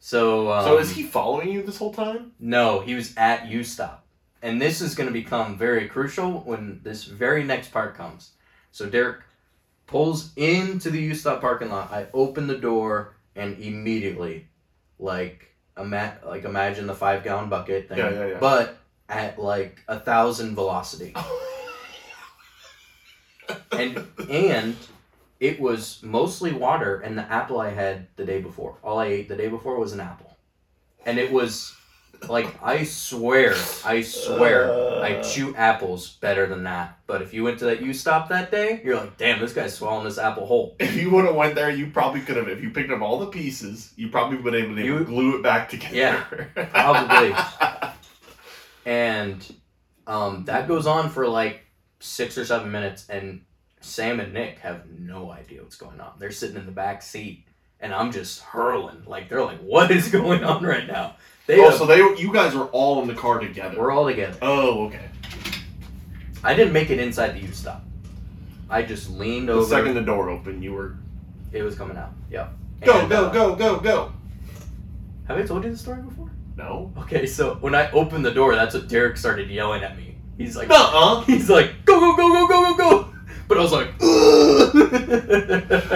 So. Um, so is he following you this whole time? no, he was at U stop. And this is going to become very crucial when this very next part comes. So Derek pulls into the U stop parking lot. I open the door and immediately, like, ima- like imagine the five gallon bucket thing, Yeah, yeah, yeah. but at like a thousand velocity. and and it was mostly water and the apple I had the day before. All I ate the day before was an apple. And it was like I swear, [laughs] I swear Uh, I chew apples better than that. But if you went to that you stop that day, you're like, damn, this guy's swallowing this apple whole. If you would have went there, you probably could have. If you picked up all the pieces, you probably would have been able to You- glue it back together. Yeah, [laughs] probably. [laughs] And um, that goes on for like six or seven minutes, and Sam and Nick have no idea what's going on. They're sitting in the back seat, and I'm just hurling. Like they're like, "What is going on right now?" They Oh, have- so they you guys were all in the car together. we're all together. Oh, okay. I didn't make it inside the U stop. I just leaned The over. second the door opened, you were it was coming out. Yep. go And, go uh, go go go. Have I told you the story before? No. Okay, so when I opened the door, that's what Derek started yelling at me. He's like, Nuh-uh. He's like, go, go, go, go, go, go, go. But I was like, "Ugh."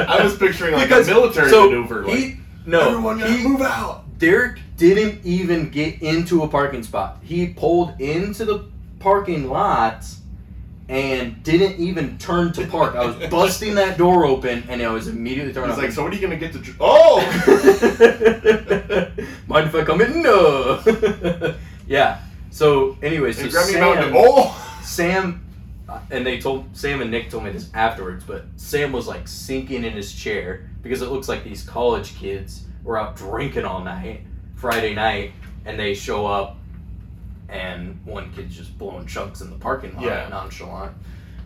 [laughs] I was picturing like Because- a military so maneuver. Like, [laughs] he, no, everyone gotta he, move out. Derek didn't even get into a parking spot. He pulled into the parking lot and didn't even turn to park. I was [laughs] busting that door open and I was immediately thrown He's out. like, so when are you gonna get to? Dr- [laughs] oh, [laughs] Mind if I come in? No. [laughs] yeah. So, anyway, so Hey, grab me Sam, about the- Oh, Sam, and they told Sam and Nick told me this afterwards, but Sam was like sinking in his chair because it looks like these college kids were out drinking all night, Friday night, and they show up, and one kid's just blowing chunks in the parking lot, Yeah. nonchalant.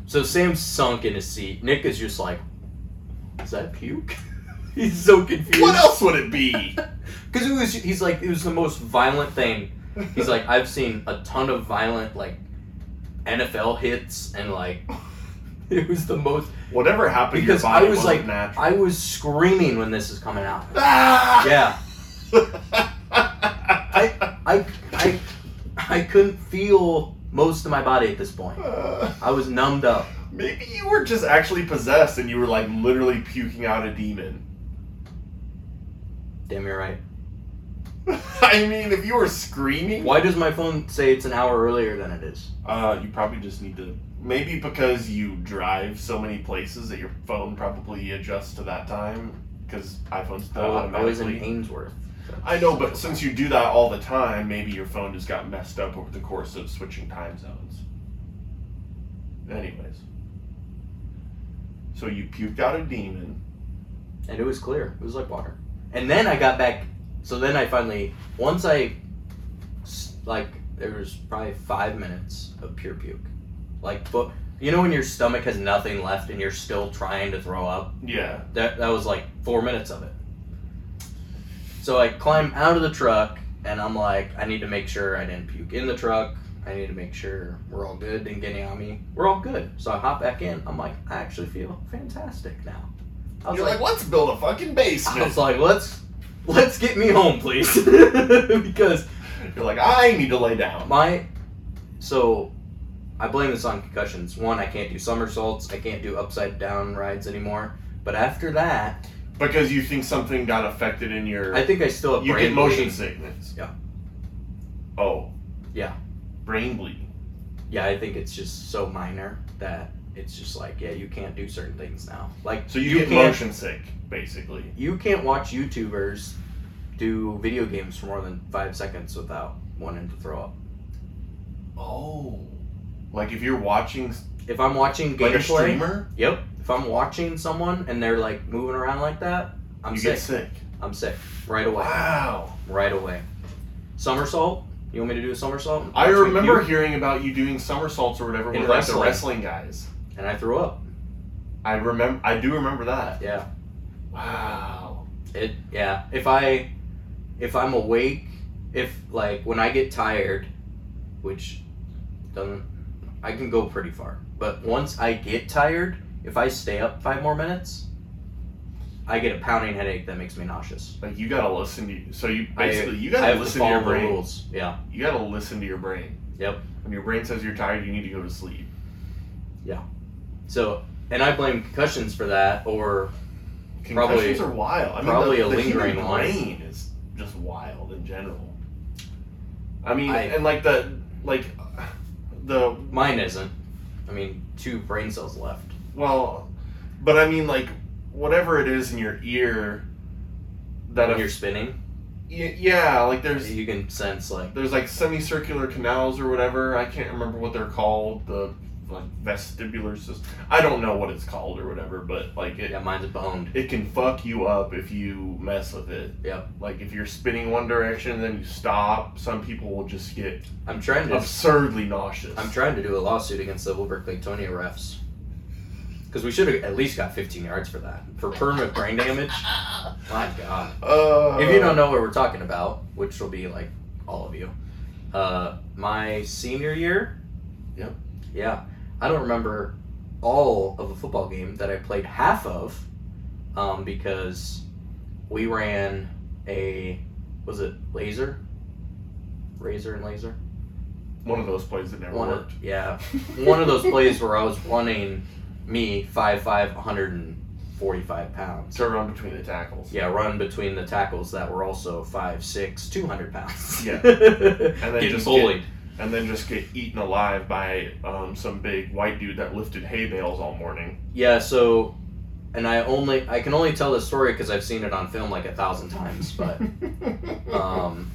So Sam's sunk in his seat. Nick is just like, "Is that puke?" [laughs] He's so confused. what else would it [laughs] be? Because it was, he's like, it was the most violent thing. He's like, I've seen a ton of violent like NFL hits and like, [laughs] it was the most Whatever happened because to your I body was wasn't like, natural. I was screaming when this is coming out. Ah! [laughs] Yeah, [laughs] I, I, I, I couldn't feel most of my body at this point. Uh, I was numbed up. maybe you were just actually possessed and you were like literally puking out a demon. Damn, you're right. [laughs] I mean, if you were screaming, Why does my phone say it's an hour earlier than it is? Uh, you probably just need to. Maybe because you drive so many places that your phone probably adjusts to that time. Because iPhones do that I was- Oh, I was in automatically. Ainsworth. I know, but since you do that all the time, maybe your phone just got messed up over the course of switching time zones. Anyways. So you puked out a demon. and it was clear. It was like water. And then I got back. So then I finally, once I, s- like, there was probably five minutes of pure puke. Like, but you know when your stomach has nothing left and you're still trying to throw up. Yeah. That that was like four minutes of it. So I climb out of the truck and I'm like, I need to make sure I didn't puke in the truck. I need to make sure we're all good. Didn't get any on me. We're all good. So I hop back in. I'm like, I actually feel fantastic now. I was You're like, like, let's build a fucking I was basement. like, let's let's get me home, please, [laughs] because You're like, I need to lay down. my so I blame this on concussions. One, I can't do somersaults. I can't do upside down rides anymore. But after that, Because you think something got affected in your. I think I still have you brain get motion bleeding. sickness. Yeah. Oh. Yeah. Brain bleeding. Yeah, I think it's just so minor that it's just like, yeah, you can't do certain things now. Like So you, get can't motion sick, basically. you can't watch YouTubers do video games for more than five seconds without wanting to throw up. Oh. Like if you're watching s- If I'm watching like a gameplay, streamer, yep. If I'm watching someone and they're like moving around like that, I'm you sick. get sick. I'm sick right away. Wow. Right away. Somersault. You want me to do a somersault? I Watch me remember puke? hearing about you doing somersaults or whatever In with like the wrestling. wrestling guys. And I threw up. I remember. I do remember that. Yeah. Wow. It yeah. If I if I'm awake, if like when I get tired, which doesn't I can go pretty far. But once I get tired, if I stay up five more minutes, I get a pounding headache that makes me nauseous. Like you gotta listen to. You. So you I- basically you I gotta have to listen to your follow the brain. rules. Yeah. You gotta listen to your brain. Yep. When your brain says you're tired, you need to go to sleep. So and I blame concussions for that or Concussions Probably- are wild. I mean, probably the, a the human lingering one. brain is just wild in general. I mean, I- and like the like the mine isn't. I mean, two brain cells left. well, but I mean like whatever it is in your ear that When you're aff- spinning, y- yeah, like there's you can sense like there's like semicircular canals or whatever. I can't remember what they're called. The like vestibular system. I don't know what it's called or whatever, but like it yeah, mine's boned. it can fuck you up if you mess with it. Yep. Like if you're spinning one direction and then you stop, some people will just get I'm trying to absurdly nauseous. I'm trying to do a lawsuit against the Wilbur Claytonia refs. Because we should have at least got 15 yards for that. For permanent brain damage. My God. uh, If you don't know what we're talking about, which will be like all of you, uh, my senior year. Yep. Yeah. I don't remember all of a football game that I played half of um, because we ran a, was it laser? Razor and laser? one of those plays that never One worked. of, yeah [laughs] [laughs] one of those plays where I was running me 5'5", 145 pounds. to run between the tackles. Yeah, run between the tackles that were also 5'6", 200 pounds. [laughs] Yeah. and then Getting just bullied. And then just get eaten alive by um, some big white dude that lifted hay bales all morning. Yeah, so, and I only, I can only tell this story because I've seen it on film like a thousand times, [laughs] [laughs] but, um,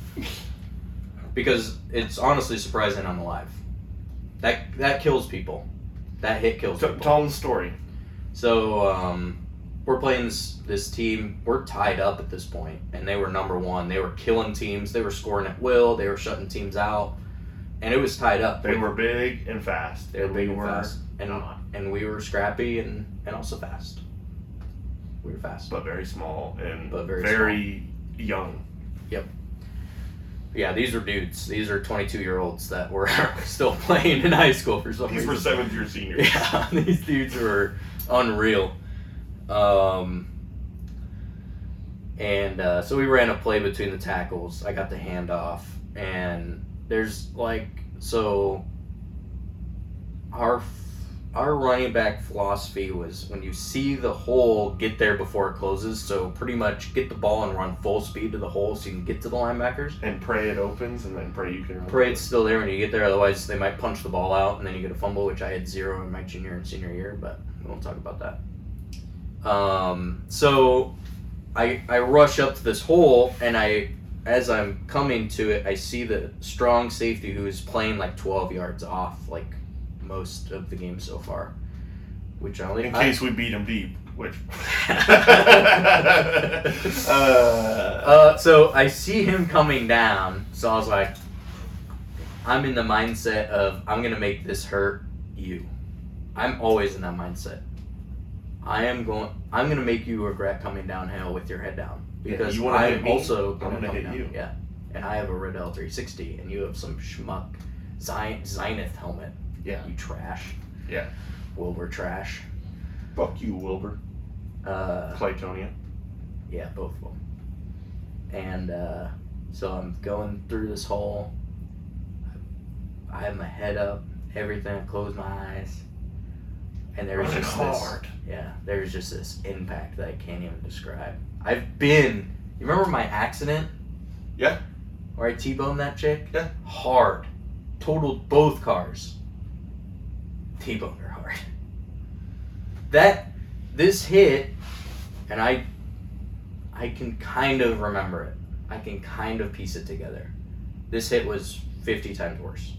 because it's honestly surprising I'm alive. That, that kills people. That hit kills T- people. tell them the story. So um, we're playing this, this team. We're tied up at this point, and they were number one. They were killing teams. They were scoring at will. They were shutting teams out, and it was tied up. They were big and fast. They were and big we and were fast, and not, and we were scrappy and and also fast. We were fast. but very small and But very young. Yeah, these were dudes. These are 22 year olds that were [laughs] still playing in high school for some These reason. were seventh year seniors. [laughs] Yeah, these dudes were unreal. Um, and uh, so we ran a play between the tackles. I got the handoff, and there's like so. Our f- our running back philosophy was when you see the hole, get there before it closes. So pretty much get the ball and run full speed to the hole so you can get to the linebackers. And pray it opens, and then pray you can. remember. Parade's still there when you get there, otherwise they might punch the ball out and then you get a fumble, which I had zero in my junior and senior year, but we won't talk about that. Um, so I I rush up to this hole and I as I'm coming to it, I see the strong safety who is playing like twelve yards off, like most of the game so far. Which I only In I- case we beat him deep, [laughs] which. uh, Uh, so I see him coming down, so I was like, I'm in the mindset of I'm gonna make this hurt you. I'm always in that mindset. I am going. I'm gonna make you regret coming downhill with your head down Yeah, because you wanna I hit am me, also I'm gonna gonna come hit down. you. Yeah, and I have a Riddell 360, and you have some schmuck Zion, Zenith helmet. Yeah. You trash. Yeah. Wilbur trash. Fuck you, Wilbur. Uh, Claytonia. yeah, both of them. And uh, so I'm going through this hole. I have my head up, everything. I close my eyes, and there's Running just this. Yeah, there's just this impact that I can't even describe. I've been. You remember my accident? Yeah. Where I T-boned that chick? Yeah. Hard. Totaled both cars. T-boned her hard. That. This hit, and I. I can kind of remember it. I can kind of piece it together. This hit was 50 times worse.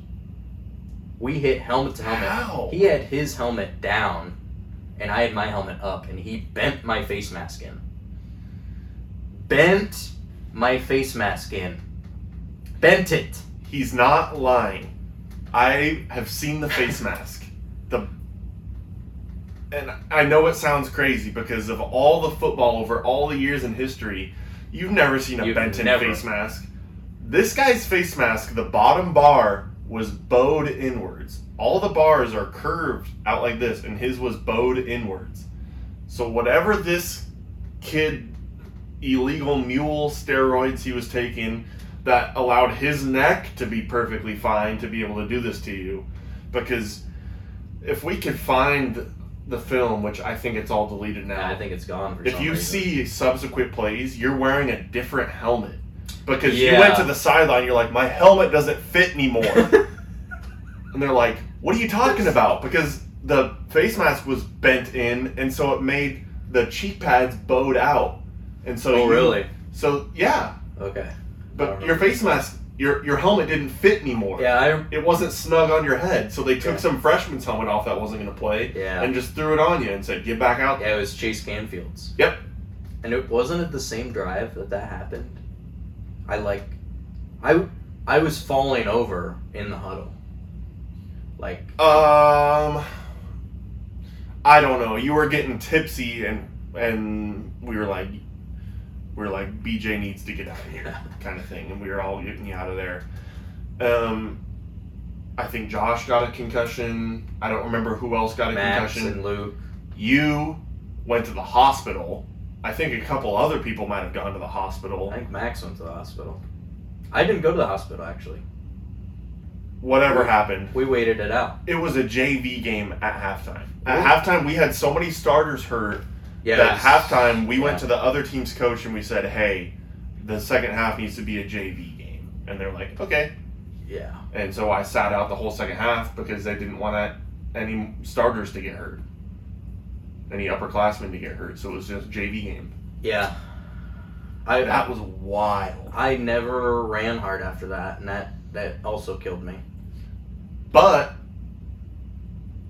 We hit helmet to helmet. How? He had his helmet down, and I had my helmet up, and he bent my face mask in. Bent my face mask in. Bent it. He's not lying. I have seen the [laughs] face mask. The and I know it sounds crazy because of all the football over all the years in history, you've never seen a You've Benton never. face mask. This guy's face mask, the bottom bar was bowed inwards. All the bars are curved out like this, and his was bowed inwards. So whatever this kid illegal mule steroids he was taking that allowed his neck to be perfectly fine to be able to do this to you. Because if we could find the film, which I think it's all deleted now, I think it's gone for if some you reason. see subsequent plays, you're wearing a different helmet. Because you Yeah. went to the sideline, you're like, my helmet doesn't fit anymore. [laughs] and they're like, what are you talking about? Because the face mask was bent in, and so it made the cheek pads bowed out. And so Oh, you- really? So yeah, Okay. but Alright. your face mask, your your helmet didn't fit anymore. Yeah, It wasn't snug on your head, so they took Yeah. some freshman's helmet off that wasn't going to play, Yeah. and just threw it on you and said, "Get back I, out." yeah, it was Chase Canfield's. Yep. And it wasn't it the same drive that that happened. I like, I I was falling over in the huddle. Like [laughs] Um, I don't know. You were getting tipsy, and and we were like, we were like, BJ needs to get out of here, kind of thing, and we were all getting you out of there. Um, I think Josh got a concussion. I don't remember who else got a Max concussion. and Luke. you went to the hospital. I think a couple other people might have gone to the hospital. I think Max went to the hospital. I didn't go to the hospital actually. Whatever happened, We waited it out. it was a JV game at halftime. At halftime, we had so many starters hurt Yeah. that it was- halftime we went yeah. to the other team's coach and we said, "Hey, the second half needs to be a JV game," and they're like, "Okay." Yeah. And so I sat out the whole second half because they didn't want any starters to get hurt, any upperclassmen to get hurt. So it was just JV game. Yeah. I That was wild. I never ran hard after that, and that that also killed me. But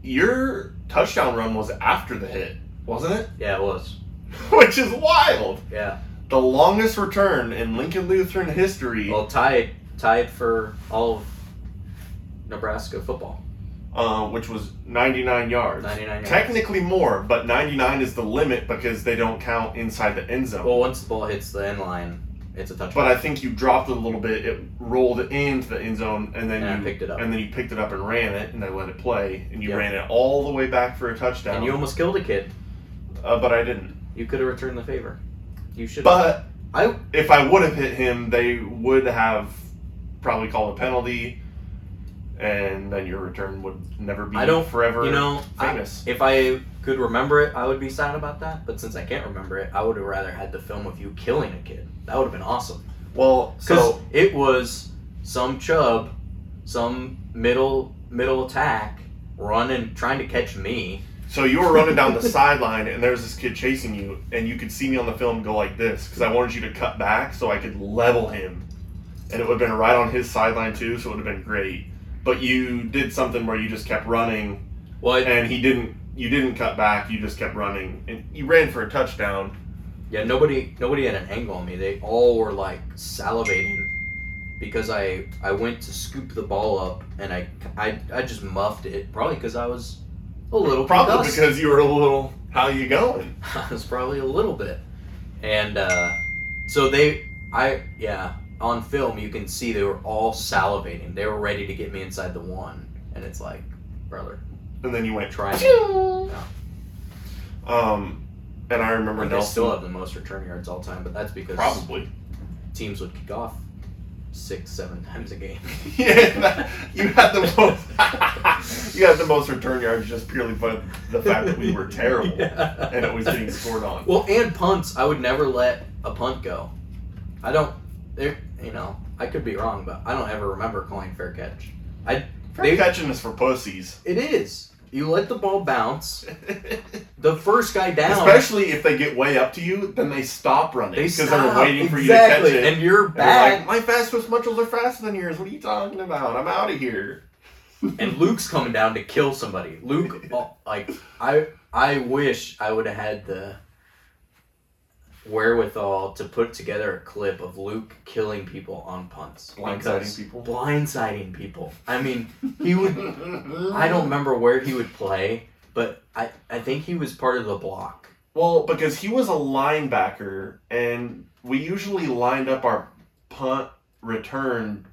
your touchdown run was after the hit, wasn't it? [laughs] Yeah, it was. Which is wild. Yeah. The longest return in Lincoln Lutheran history. Well, tied tied for all of Nebraska football. uh, which was 99 yards. 99 yards. Technically more, but 99 is the limit because they don't count inside the end zone. Well, once the ball hits the end line, it's a touchdown. but I think you dropped it a little bit. It rolled into the end zone, and then And I you picked it up. and then you picked it up and ran it, and they let it play, and you Yeah. ran it all the way back for a touchdown. and you almost killed a kid. uh, but I didn't. You could have returned the favor. You should. have But I if I would have hit him, they would have probably called a penalty, and then your return would never be. I don't- forever. you know I- famous. if I could remember it, I would be sad about that. But since I can't remember it, I would have rather had the film of you killing a kid. That would have been awesome. well, Because so it was some chub, some middle middle attack running, trying to catch me. so you were running down the sideline, and there was this kid chasing you, and you could see me on the film go like this because I wanted you to cut back so I could level him, and it would have been right on his sideline too, so it would have been great. But you did something where you just kept running, Well, it- and he didn't. You didn't cut back. You just kept running, and you ran for a touchdown. yeah, nobody nobody had an angle on me. They all were like salivating because I I went to scoop the ball up and I I, I just muffed it. Probably because I was a little Probably concussed. because you were a little. How you going? [laughs] I was probably a little bit, and uh, so they I yeah on film, you can see they were all salivating. They were ready to get me inside the one, and it's like, brother, And then you went. try me. Um, and I remember Like, they Nelson. still have the most return yards all time, but that's because probably. teams would kick off six, seven [laughs] times a game. [laughs] yeah, that- you had the most. [laughs] you had the most return yards just purely by the fact that [laughs] we were terrible Yeah. and it was getting scored on. Well, and punts, I would never let a punt go. I don't. There, you know, I could be wrong, but I don't ever remember calling fair catch. I. They're They, catching us for pussies. [laughs] it is. You let the ball bounce. The first guy down. Especially if they get way up to you, then they stop running they because they stop. are waiting for exactly. you to catch it. and you're And they're back. like, my fastest muscles are faster than yours. What are you talking about? I'm out of here. and Luke's coming down to kill somebody. [laughs] Luke, oh, like I, I wish I would have had the wherewithal to put together a clip of Luke killing people on punts, Blindsiding people. blindsiding people. [laughs] I mean, he would. [laughs] I don't remember where he would play, but I, I think he was part of the block. Well, because he was a linebacker, and we usually lined up our punt return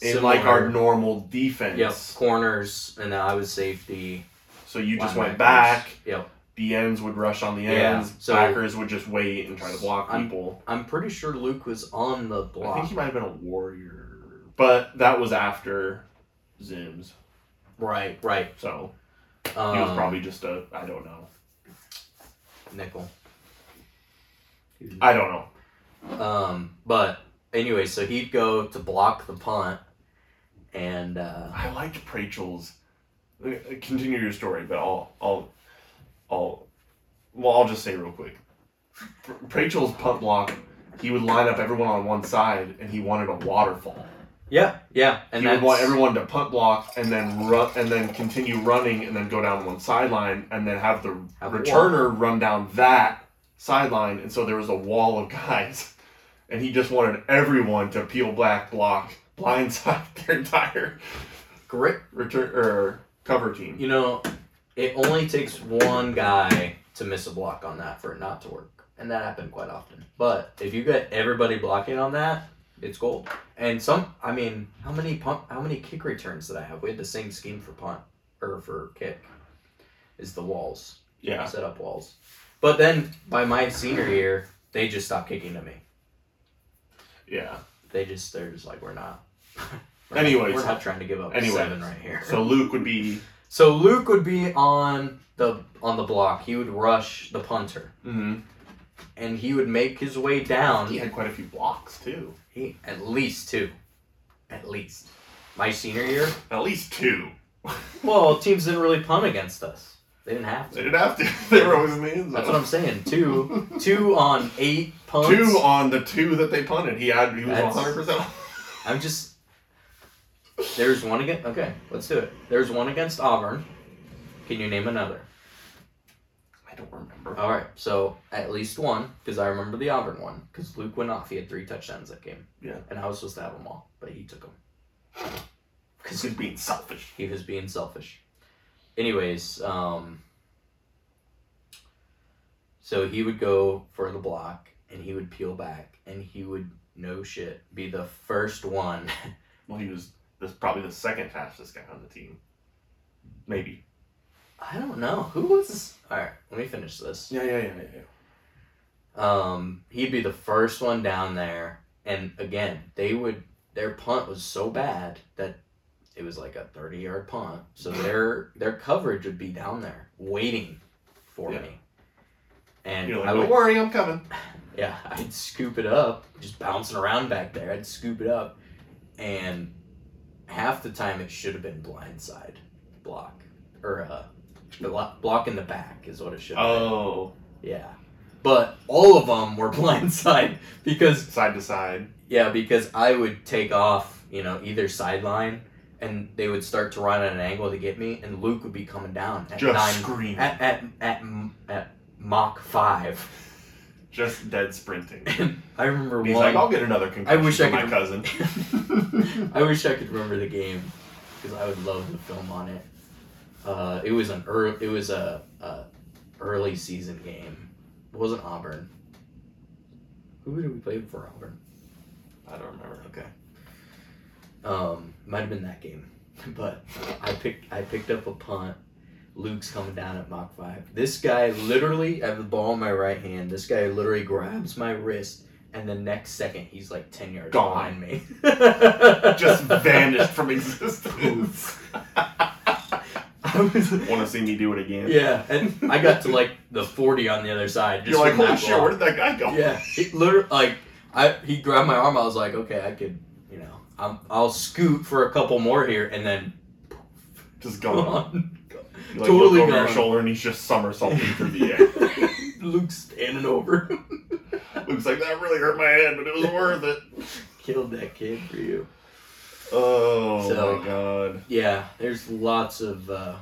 in like our Similar- normal defense. yep, corners, and I was safety. So you just linebackers. went back. Yep, The ends would rush on the Yeah, ends. so- Backers would just wait and try to block I'm- people. I'm pretty sure Luke was on the block. I think he might have been a warrior, but that was after Zims. Right, right. So Um, he was probably just a I don't know. nickel. I don't know. Um, but anyway, so he'd go to block the punt, and uh, I liked Prachel's. uh, Continue your story, but I'll, I'll, I'll, well, I'll just say real quick. Pr- Prachel's punt block, he would line up everyone on one side, and he wanted a waterfall. yeah, yeah, and he that's would want everyone to punt block and then run, and then continue running, and then go down one sideline, and then have the Have a returner run down that sideline, and so there was a wall of [laughs] guys, and he just wanted everyone to peel back, block, blindside [laughs] their entire great. return or cover team. You know, it only takes one guy to miss a block on that for it not to work, and that happened quite often. But if you get everybody blocking on that, it's gold. And some, I mean, how many punt, how many kick returns did I have? We had the same scheme for punt or for kick, is the walls. Yeah. set up walls. But then by my senior year, they just stopped kicking to me. Yeah. They just they're just like we're not. [laughs] we're not- Anyways. we're not trying to give up Anyways. seven right here. So Luke would be So Luke would be on the on the block. He would rush the punter, and he would make his way down. mm-hmm. he had quite a few blocks too. He, at least two, at least. My senior year, At least two. well, teams didn't really punt against us. They didn't have They to. didn't have to. [laughs] they were always in the end zone. That's what I'm [laughs] saying. Two, two on eight punts. Two on the two that they punted. He had he was That's- 100 percent [laughs] I'm just. There's one against. Okay, let's do it. There's one against Auburn. Can you name another? I don't remember. All right, so at least one, because I remember the Auburn one, because Luke went off. He had three touchdowns that game. Yeah. And I was supposed to have them all, but he took them. Because he's being selfish. [laughs] He was being selfish. Anyways, um. So he would go for the block, and he would peel back, and he would no shit be the first one [laughs] Well he was this probably the second fastest guy on the team. Maybe. I don't know. Who was this? Alright, let me finish this. Yeah, yeah, yeah, yeah, yeah. Um, he'd be the first one down there. And again, they would their punt was so bad that it was like a thirty yard punt. [laughs] So their their coverage would be down there waiting for Yeah. me. And You're like, I don't would, worry, I'm coming. [laughs] yeah, I'd scoop it up, just bouncing around back there. I'd scoop it up, and half the time it should have been blindside block or uh, blo- block in the back is what it should. have been. Oh, Yeah, but all of them were [laughs] blindside because side to side. yeah, because I would take off, you know, either sideline, and they would start to run at an angle to get me, and Luke would be coming down at Just nine screaming. at at at at Mach five. Just dead [laughs] sprinting. I remember He's one. like, "Oh." I'll get another concussion. wish I from could- my [laughs] cousin. I wish I could remember the game because I would love the film on it. Uh, it was an early, it was a, a early season game. It wasn't Auburn. Who did we play for Auburn? I don't remember. Okay. Um, might have been that game, [laughs] but I picked I picked up a punt. Luke's coming down at Mach five. This guy literally I have the ball in my right hand. This guy literally grabs my wrist, and the next second he's like ten yards Gone. behind me. [laughs] Just vanished from existence. [laughs] I was Want to see me do it again? yeah, and I got to like the forty on the other side. Just You're like, from that holy shit, block. where did that guy go? Yeah, he literally like I he grabbed my arm. I was like, okay, I could, you know, I'm I'll scoot for a couple more here, and then Just gone. [laughs] gone. You, like, Totally look over your gone. shoulder and he's just somersaulting through the [laughs] air. [laughs] Luke's standing over. Looks like that really hurt my head, but it was worth it. Killed that kid for you. Oh So- my god. Yeah, there's lots of uh,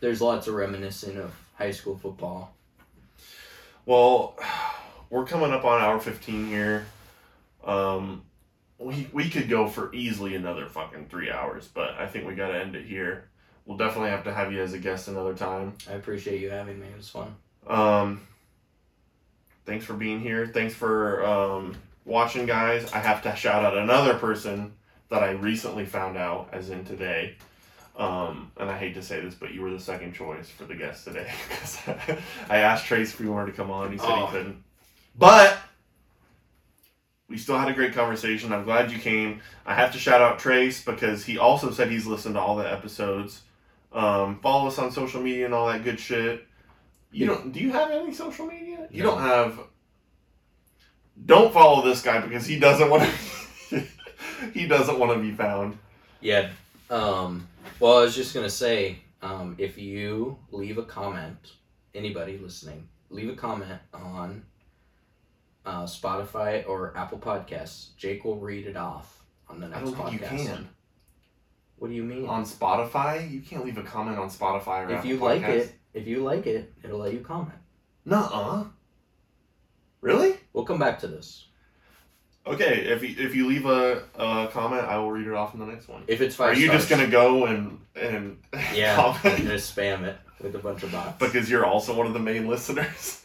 there's lots of reminiscent of high school football. Well, we're coming up on hour 15 here. Um, we, we could go for easily another fucking three hours, but I think we gotta end it here. We'll definitely have to have you as a guest another time. I appreciate you having me. It was fun. Um, thanks for being here. Thanks for um, watching, guys. I have to shout out another person that I recently found out, as in today. Um, and I hate to say this, but you were the second choice for the guest today. [laughs] 'Cause I asked Trace if he wanted to come on. He said Oh. he couldn't. But we still had a great conversation. I'm glad you came. I have to shout out Trace because he also said he's listened to all the episodes. Um, follow us on social media and all that good shit. You don't? Do you have any social media? You No. don't have. Don't follow this guy because he doesn't want to. [laughs] he doesn't want to be found. Yeah. Um, well, I was just gonna say, um, if you leave a comment, anybody listening, leave a comment on uh, Spotify or Apple Podcasts. Jake will read it off on the I next don't think you podcast. can What do you mean? on Spotify. You can't leave a comment on Spotify or if Apple you like Podcasts. it, if you like it, it'll let you comment. Nuh-uh. Really? We'll come back to this. Okay, if you, if you leave a, a comment, I will read it off in the next one. If it's five, Are you just stars, gonna go and and [laughs] [laughs] yeah, I'm comment gonna spam it with a bunch of bots? because you're also one of the main listeners?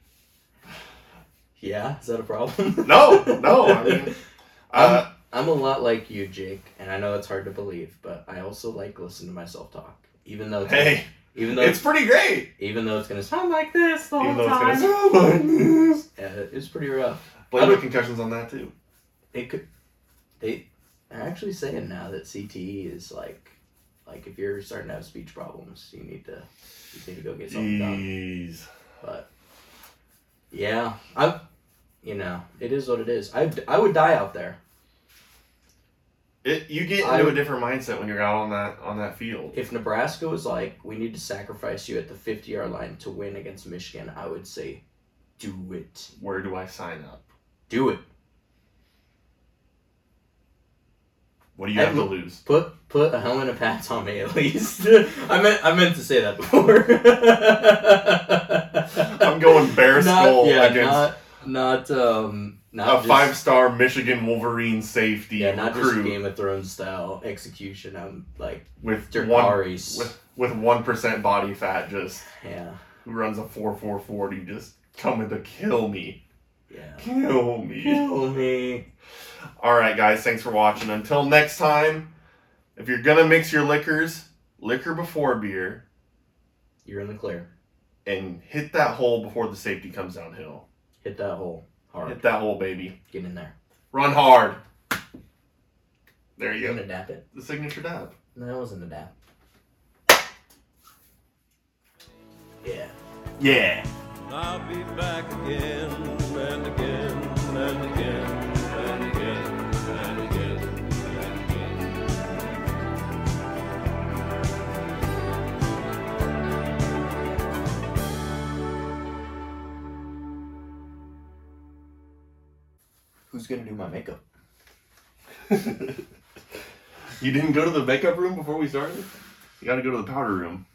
[laughs] yeah, is that a problem? no, no. I mean, Um, uh, [laughs] I'm a lot like you, Jake, and I know it's hard to believe, but I also like listening to myself talk, even though it's, hey, even though it's pretty great. even though it's gonna sound like this the Even whole though it's gonna time. It's, sound like [laughs] [laughs] this. it's pretty rough. Blame don't- the concussions on that too. It could they they're actually saying now that CTE is like like if you're starting to have speech problems, you need to you need to go get something done. Jeez. But yeah, I you know it is what it is. I I would die out there It, you get into I a would- different mindset when you're out on that on that field. if Nebraska was like we need to sacrifice you at the fifty yard line to win against Michigan. I would say, do it, Where do I sign up? do it. What do you I have to look- lose? Put put a helmet and pads on me at least. [laughs] I meant I meant to say that before. [laughs] I'm going bare [laughs] skull against not not um not a just, five star Michigan Wolverine safety yeah not just recruit Game of Thrones style execution. I'm like with one Dracarys. with with one percent body fat, just yeah who runs a four four forty, just coming to kill me, yeah. kill me. Kill me. All right, guys, thanks for watching. Until next time, if you're gonna mix your liquors, liquor before beer, You're in the clear. and hit that hole before the safety comes downhill. Hit that hole hard. Hit that hole, baby. Get in there. Run hard. There you You go. gonna dap it? The signature dab. No, that wasn't a dap. Yeah. Yeah. I'll be back again and again and again and again and again and again. Who's gonna do my makeup? You didn't go to the makeup room before we started? You gotta go to the powder room.